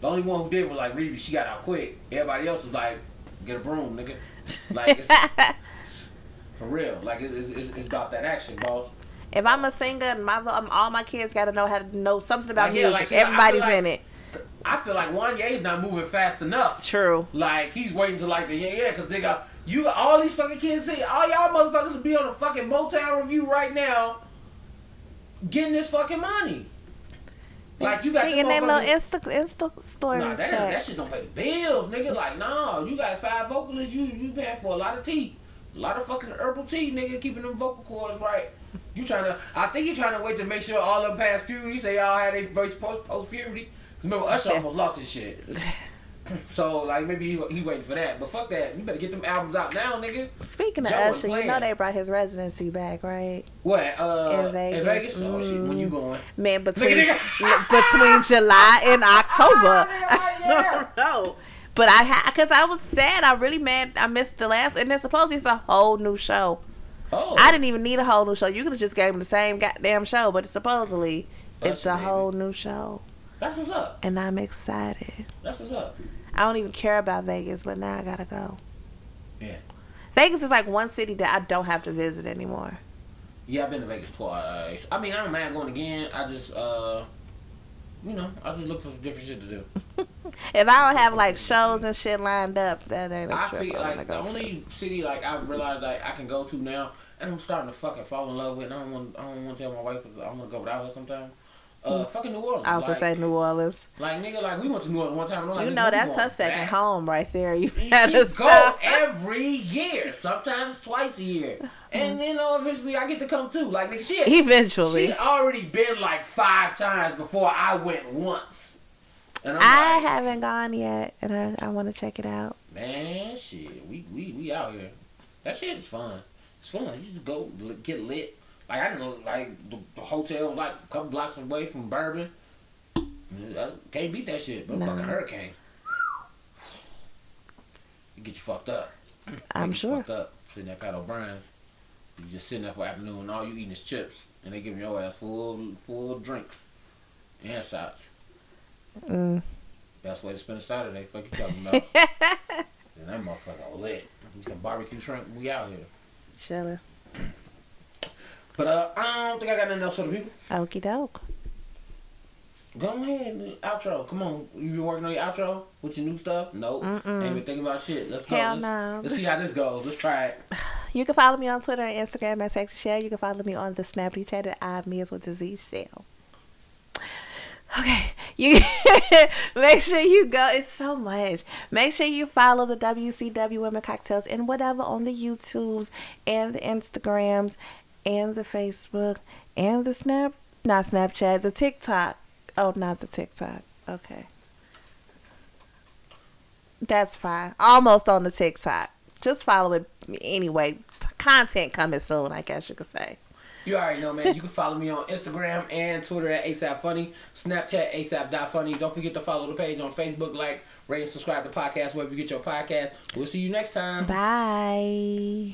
S4: the only one who did was like Reedy. She got out quick. Everybody else was like, get a broom, nigga. Like it's,
S5: <laughs>
S4: for real. Like it's, it's, it's, it's about that action, boss.
S5: if I'm a singer and my um, all my kids got to know how to know something about
S4: Like, yeah,
S5: music,
S4: like, see, I feel
S5: everybody's
S4: like-
S5: in it.
S4: I feel like Wanye's not moving fast enough.
S5: True.
S4: Like he's waiting to like the yeah yeah because they got you all these fucking kids see all y'all motherfuckers will be on a fucking Motown review right now, getting this fucking money. Like you got
S5: Thinking
S4: them
S5: that little
S4: motherfuckers-
S5: Insta Insta story
S4: Nah, that, that
S5: checks.
S4: shit don't pay the bills, nigga. Like, nah, you got five vocalists, you you paying for a lot of tea, a lot of fucking herbal tea, nigga, keeping them vocal cords right. You trying to? I think you trying to wait to make sure all them past puberty, say y'all had a voice post post puberty. Cause remember Usher almost lost his
S5: <laughs>
S4: shit. So like maybe he, he waiting for that, but fuck that. You better get them albums out now, nigga.
S5: Speaking of
S4: Joe was
S5: Usher, you
S4: playing.
S5: know they brought his residency back, right?
S4: What? Uh,
S5: In Vegas. Mm.
S4: In Vegas? Oh shit, when you going?
S5: Man, between <laughs>
S4: Look at
S5: between July and
S4: <laughs>
S5: October,
S4: Ah,
S5: <laughs> I
S4: nigga, yeah.
S5: don't know. But I had because I was sad. I really mad. I missed the last, and then supposedly it's a whole new show.
S4: Oh,
S5: I didn't even need a whole new show. You could have just gave him the same goddamn show, but supposedly it's
S4: Usher,
S5: a
S4: baby.
S5: whole new show,
S4: That's what's up.
S5: and I'm excited.
S4: That's what's up.
S5: I don't even care about Vegas, but now I gotta go.
S4: Yeah.
S5: Vegas is like one city that I don't have to visit anymore.
S4: Yeah, I've been to Vegas twice. I mean, I don't mind going again. I just, uh, you know, I just look for some different shit to do.
S5: If I don't have like shows and shit lined up, that ain't a
S4: I
S5: trip.
S4: feel
S5: I wanna
S4: like the
S5: go to.
S4: only city like I realized like I can go to now, and I'm starting to fucking fall in love with. And I don't want, I don't want to tell my wife because I'm gonna go without her sometime. Uh, fucking New Orleans.
S5: Hmm. I was
S4: like,
S5: gonna say New Orleans.
S4: like nigga, like we went to New Orleans one time. And I'm like,
S5: You
S4: nigga,
S5: know
S4: we
S5: that's her
S4: going
S5: second
S4: back.
S5: home right there. You
S4: <laughs> She
S5: gotta
S4: go
S5: stop.
S4: every year, sometimes twice a year, and you know eventually I get to come too. Like nigga, she had
S5: <laughs> Eventually,
S4: She'd already been like five times before I went once. And I'm
S5: I
S4: like,
S5: haven't gone yet, and I, I want to check it out.
S4: man, shit, we, we we out here. That shit is fun. It's fun. You just go li- get lit. Like I didn't like the, the hotel was like a couple blocks away from Bourbon. I can't beat that shit. But
S5: No.
S4: fucking hurricane. You get you fucked up.
S5: I'm
S4: Niggas
S5: sure.
S4: Fucked up sitting at Pat O'Brien's. You just sitting there for afternoon, and all you eating is chips, and they giving your ass full full drinks and shots.
S5: Mm.
S4: That's where to spend a Saturday. Fuck you talking
S5: <laughs>
S4: about? and that motherfucker lit. We some barbecue shrimp. We out here.
S5: Chilling.
S4: But uh, I don't think I got nothing else for the people.
S5: Okie doke.
S4: Go ahead, and outro. Come on, you been working on your outro with your new stuff? Nope.
S5: Mm-mm.
S4: Ain't been thinking about shit. Let's go.
S5: Hell
S4: let's,
S5: no.
S4: let's see how this goes. Let's try it.
S5: You can follow me on Twitter and Instagram at Sexy Shell. You can follow me on the Snappity Chat at I Meals with the Z Shell. Okay, you <laughs> make sure you go. It's so much. Make sure you follow the WCW Women Cocktails and whatever on the YouTubes and the Instagrams and the Facebook and the Snap, not Snapchat, the TikTok. Oh, not the TikTok. Okay. That's fine. Almost on the TikTok. Just follow it anyway. T- content coming soon, I guess you could say.
S4: You already know, man. You can follow me on Instagram and Twitter at ASAP Funny, Snapchat ASAP.funny. Don't forget to follow the page on Facebook, Mm-hmm. like, rate, and subscribe to the podcast wherever you get your podcast. We'll see you next time.
S5: Bye.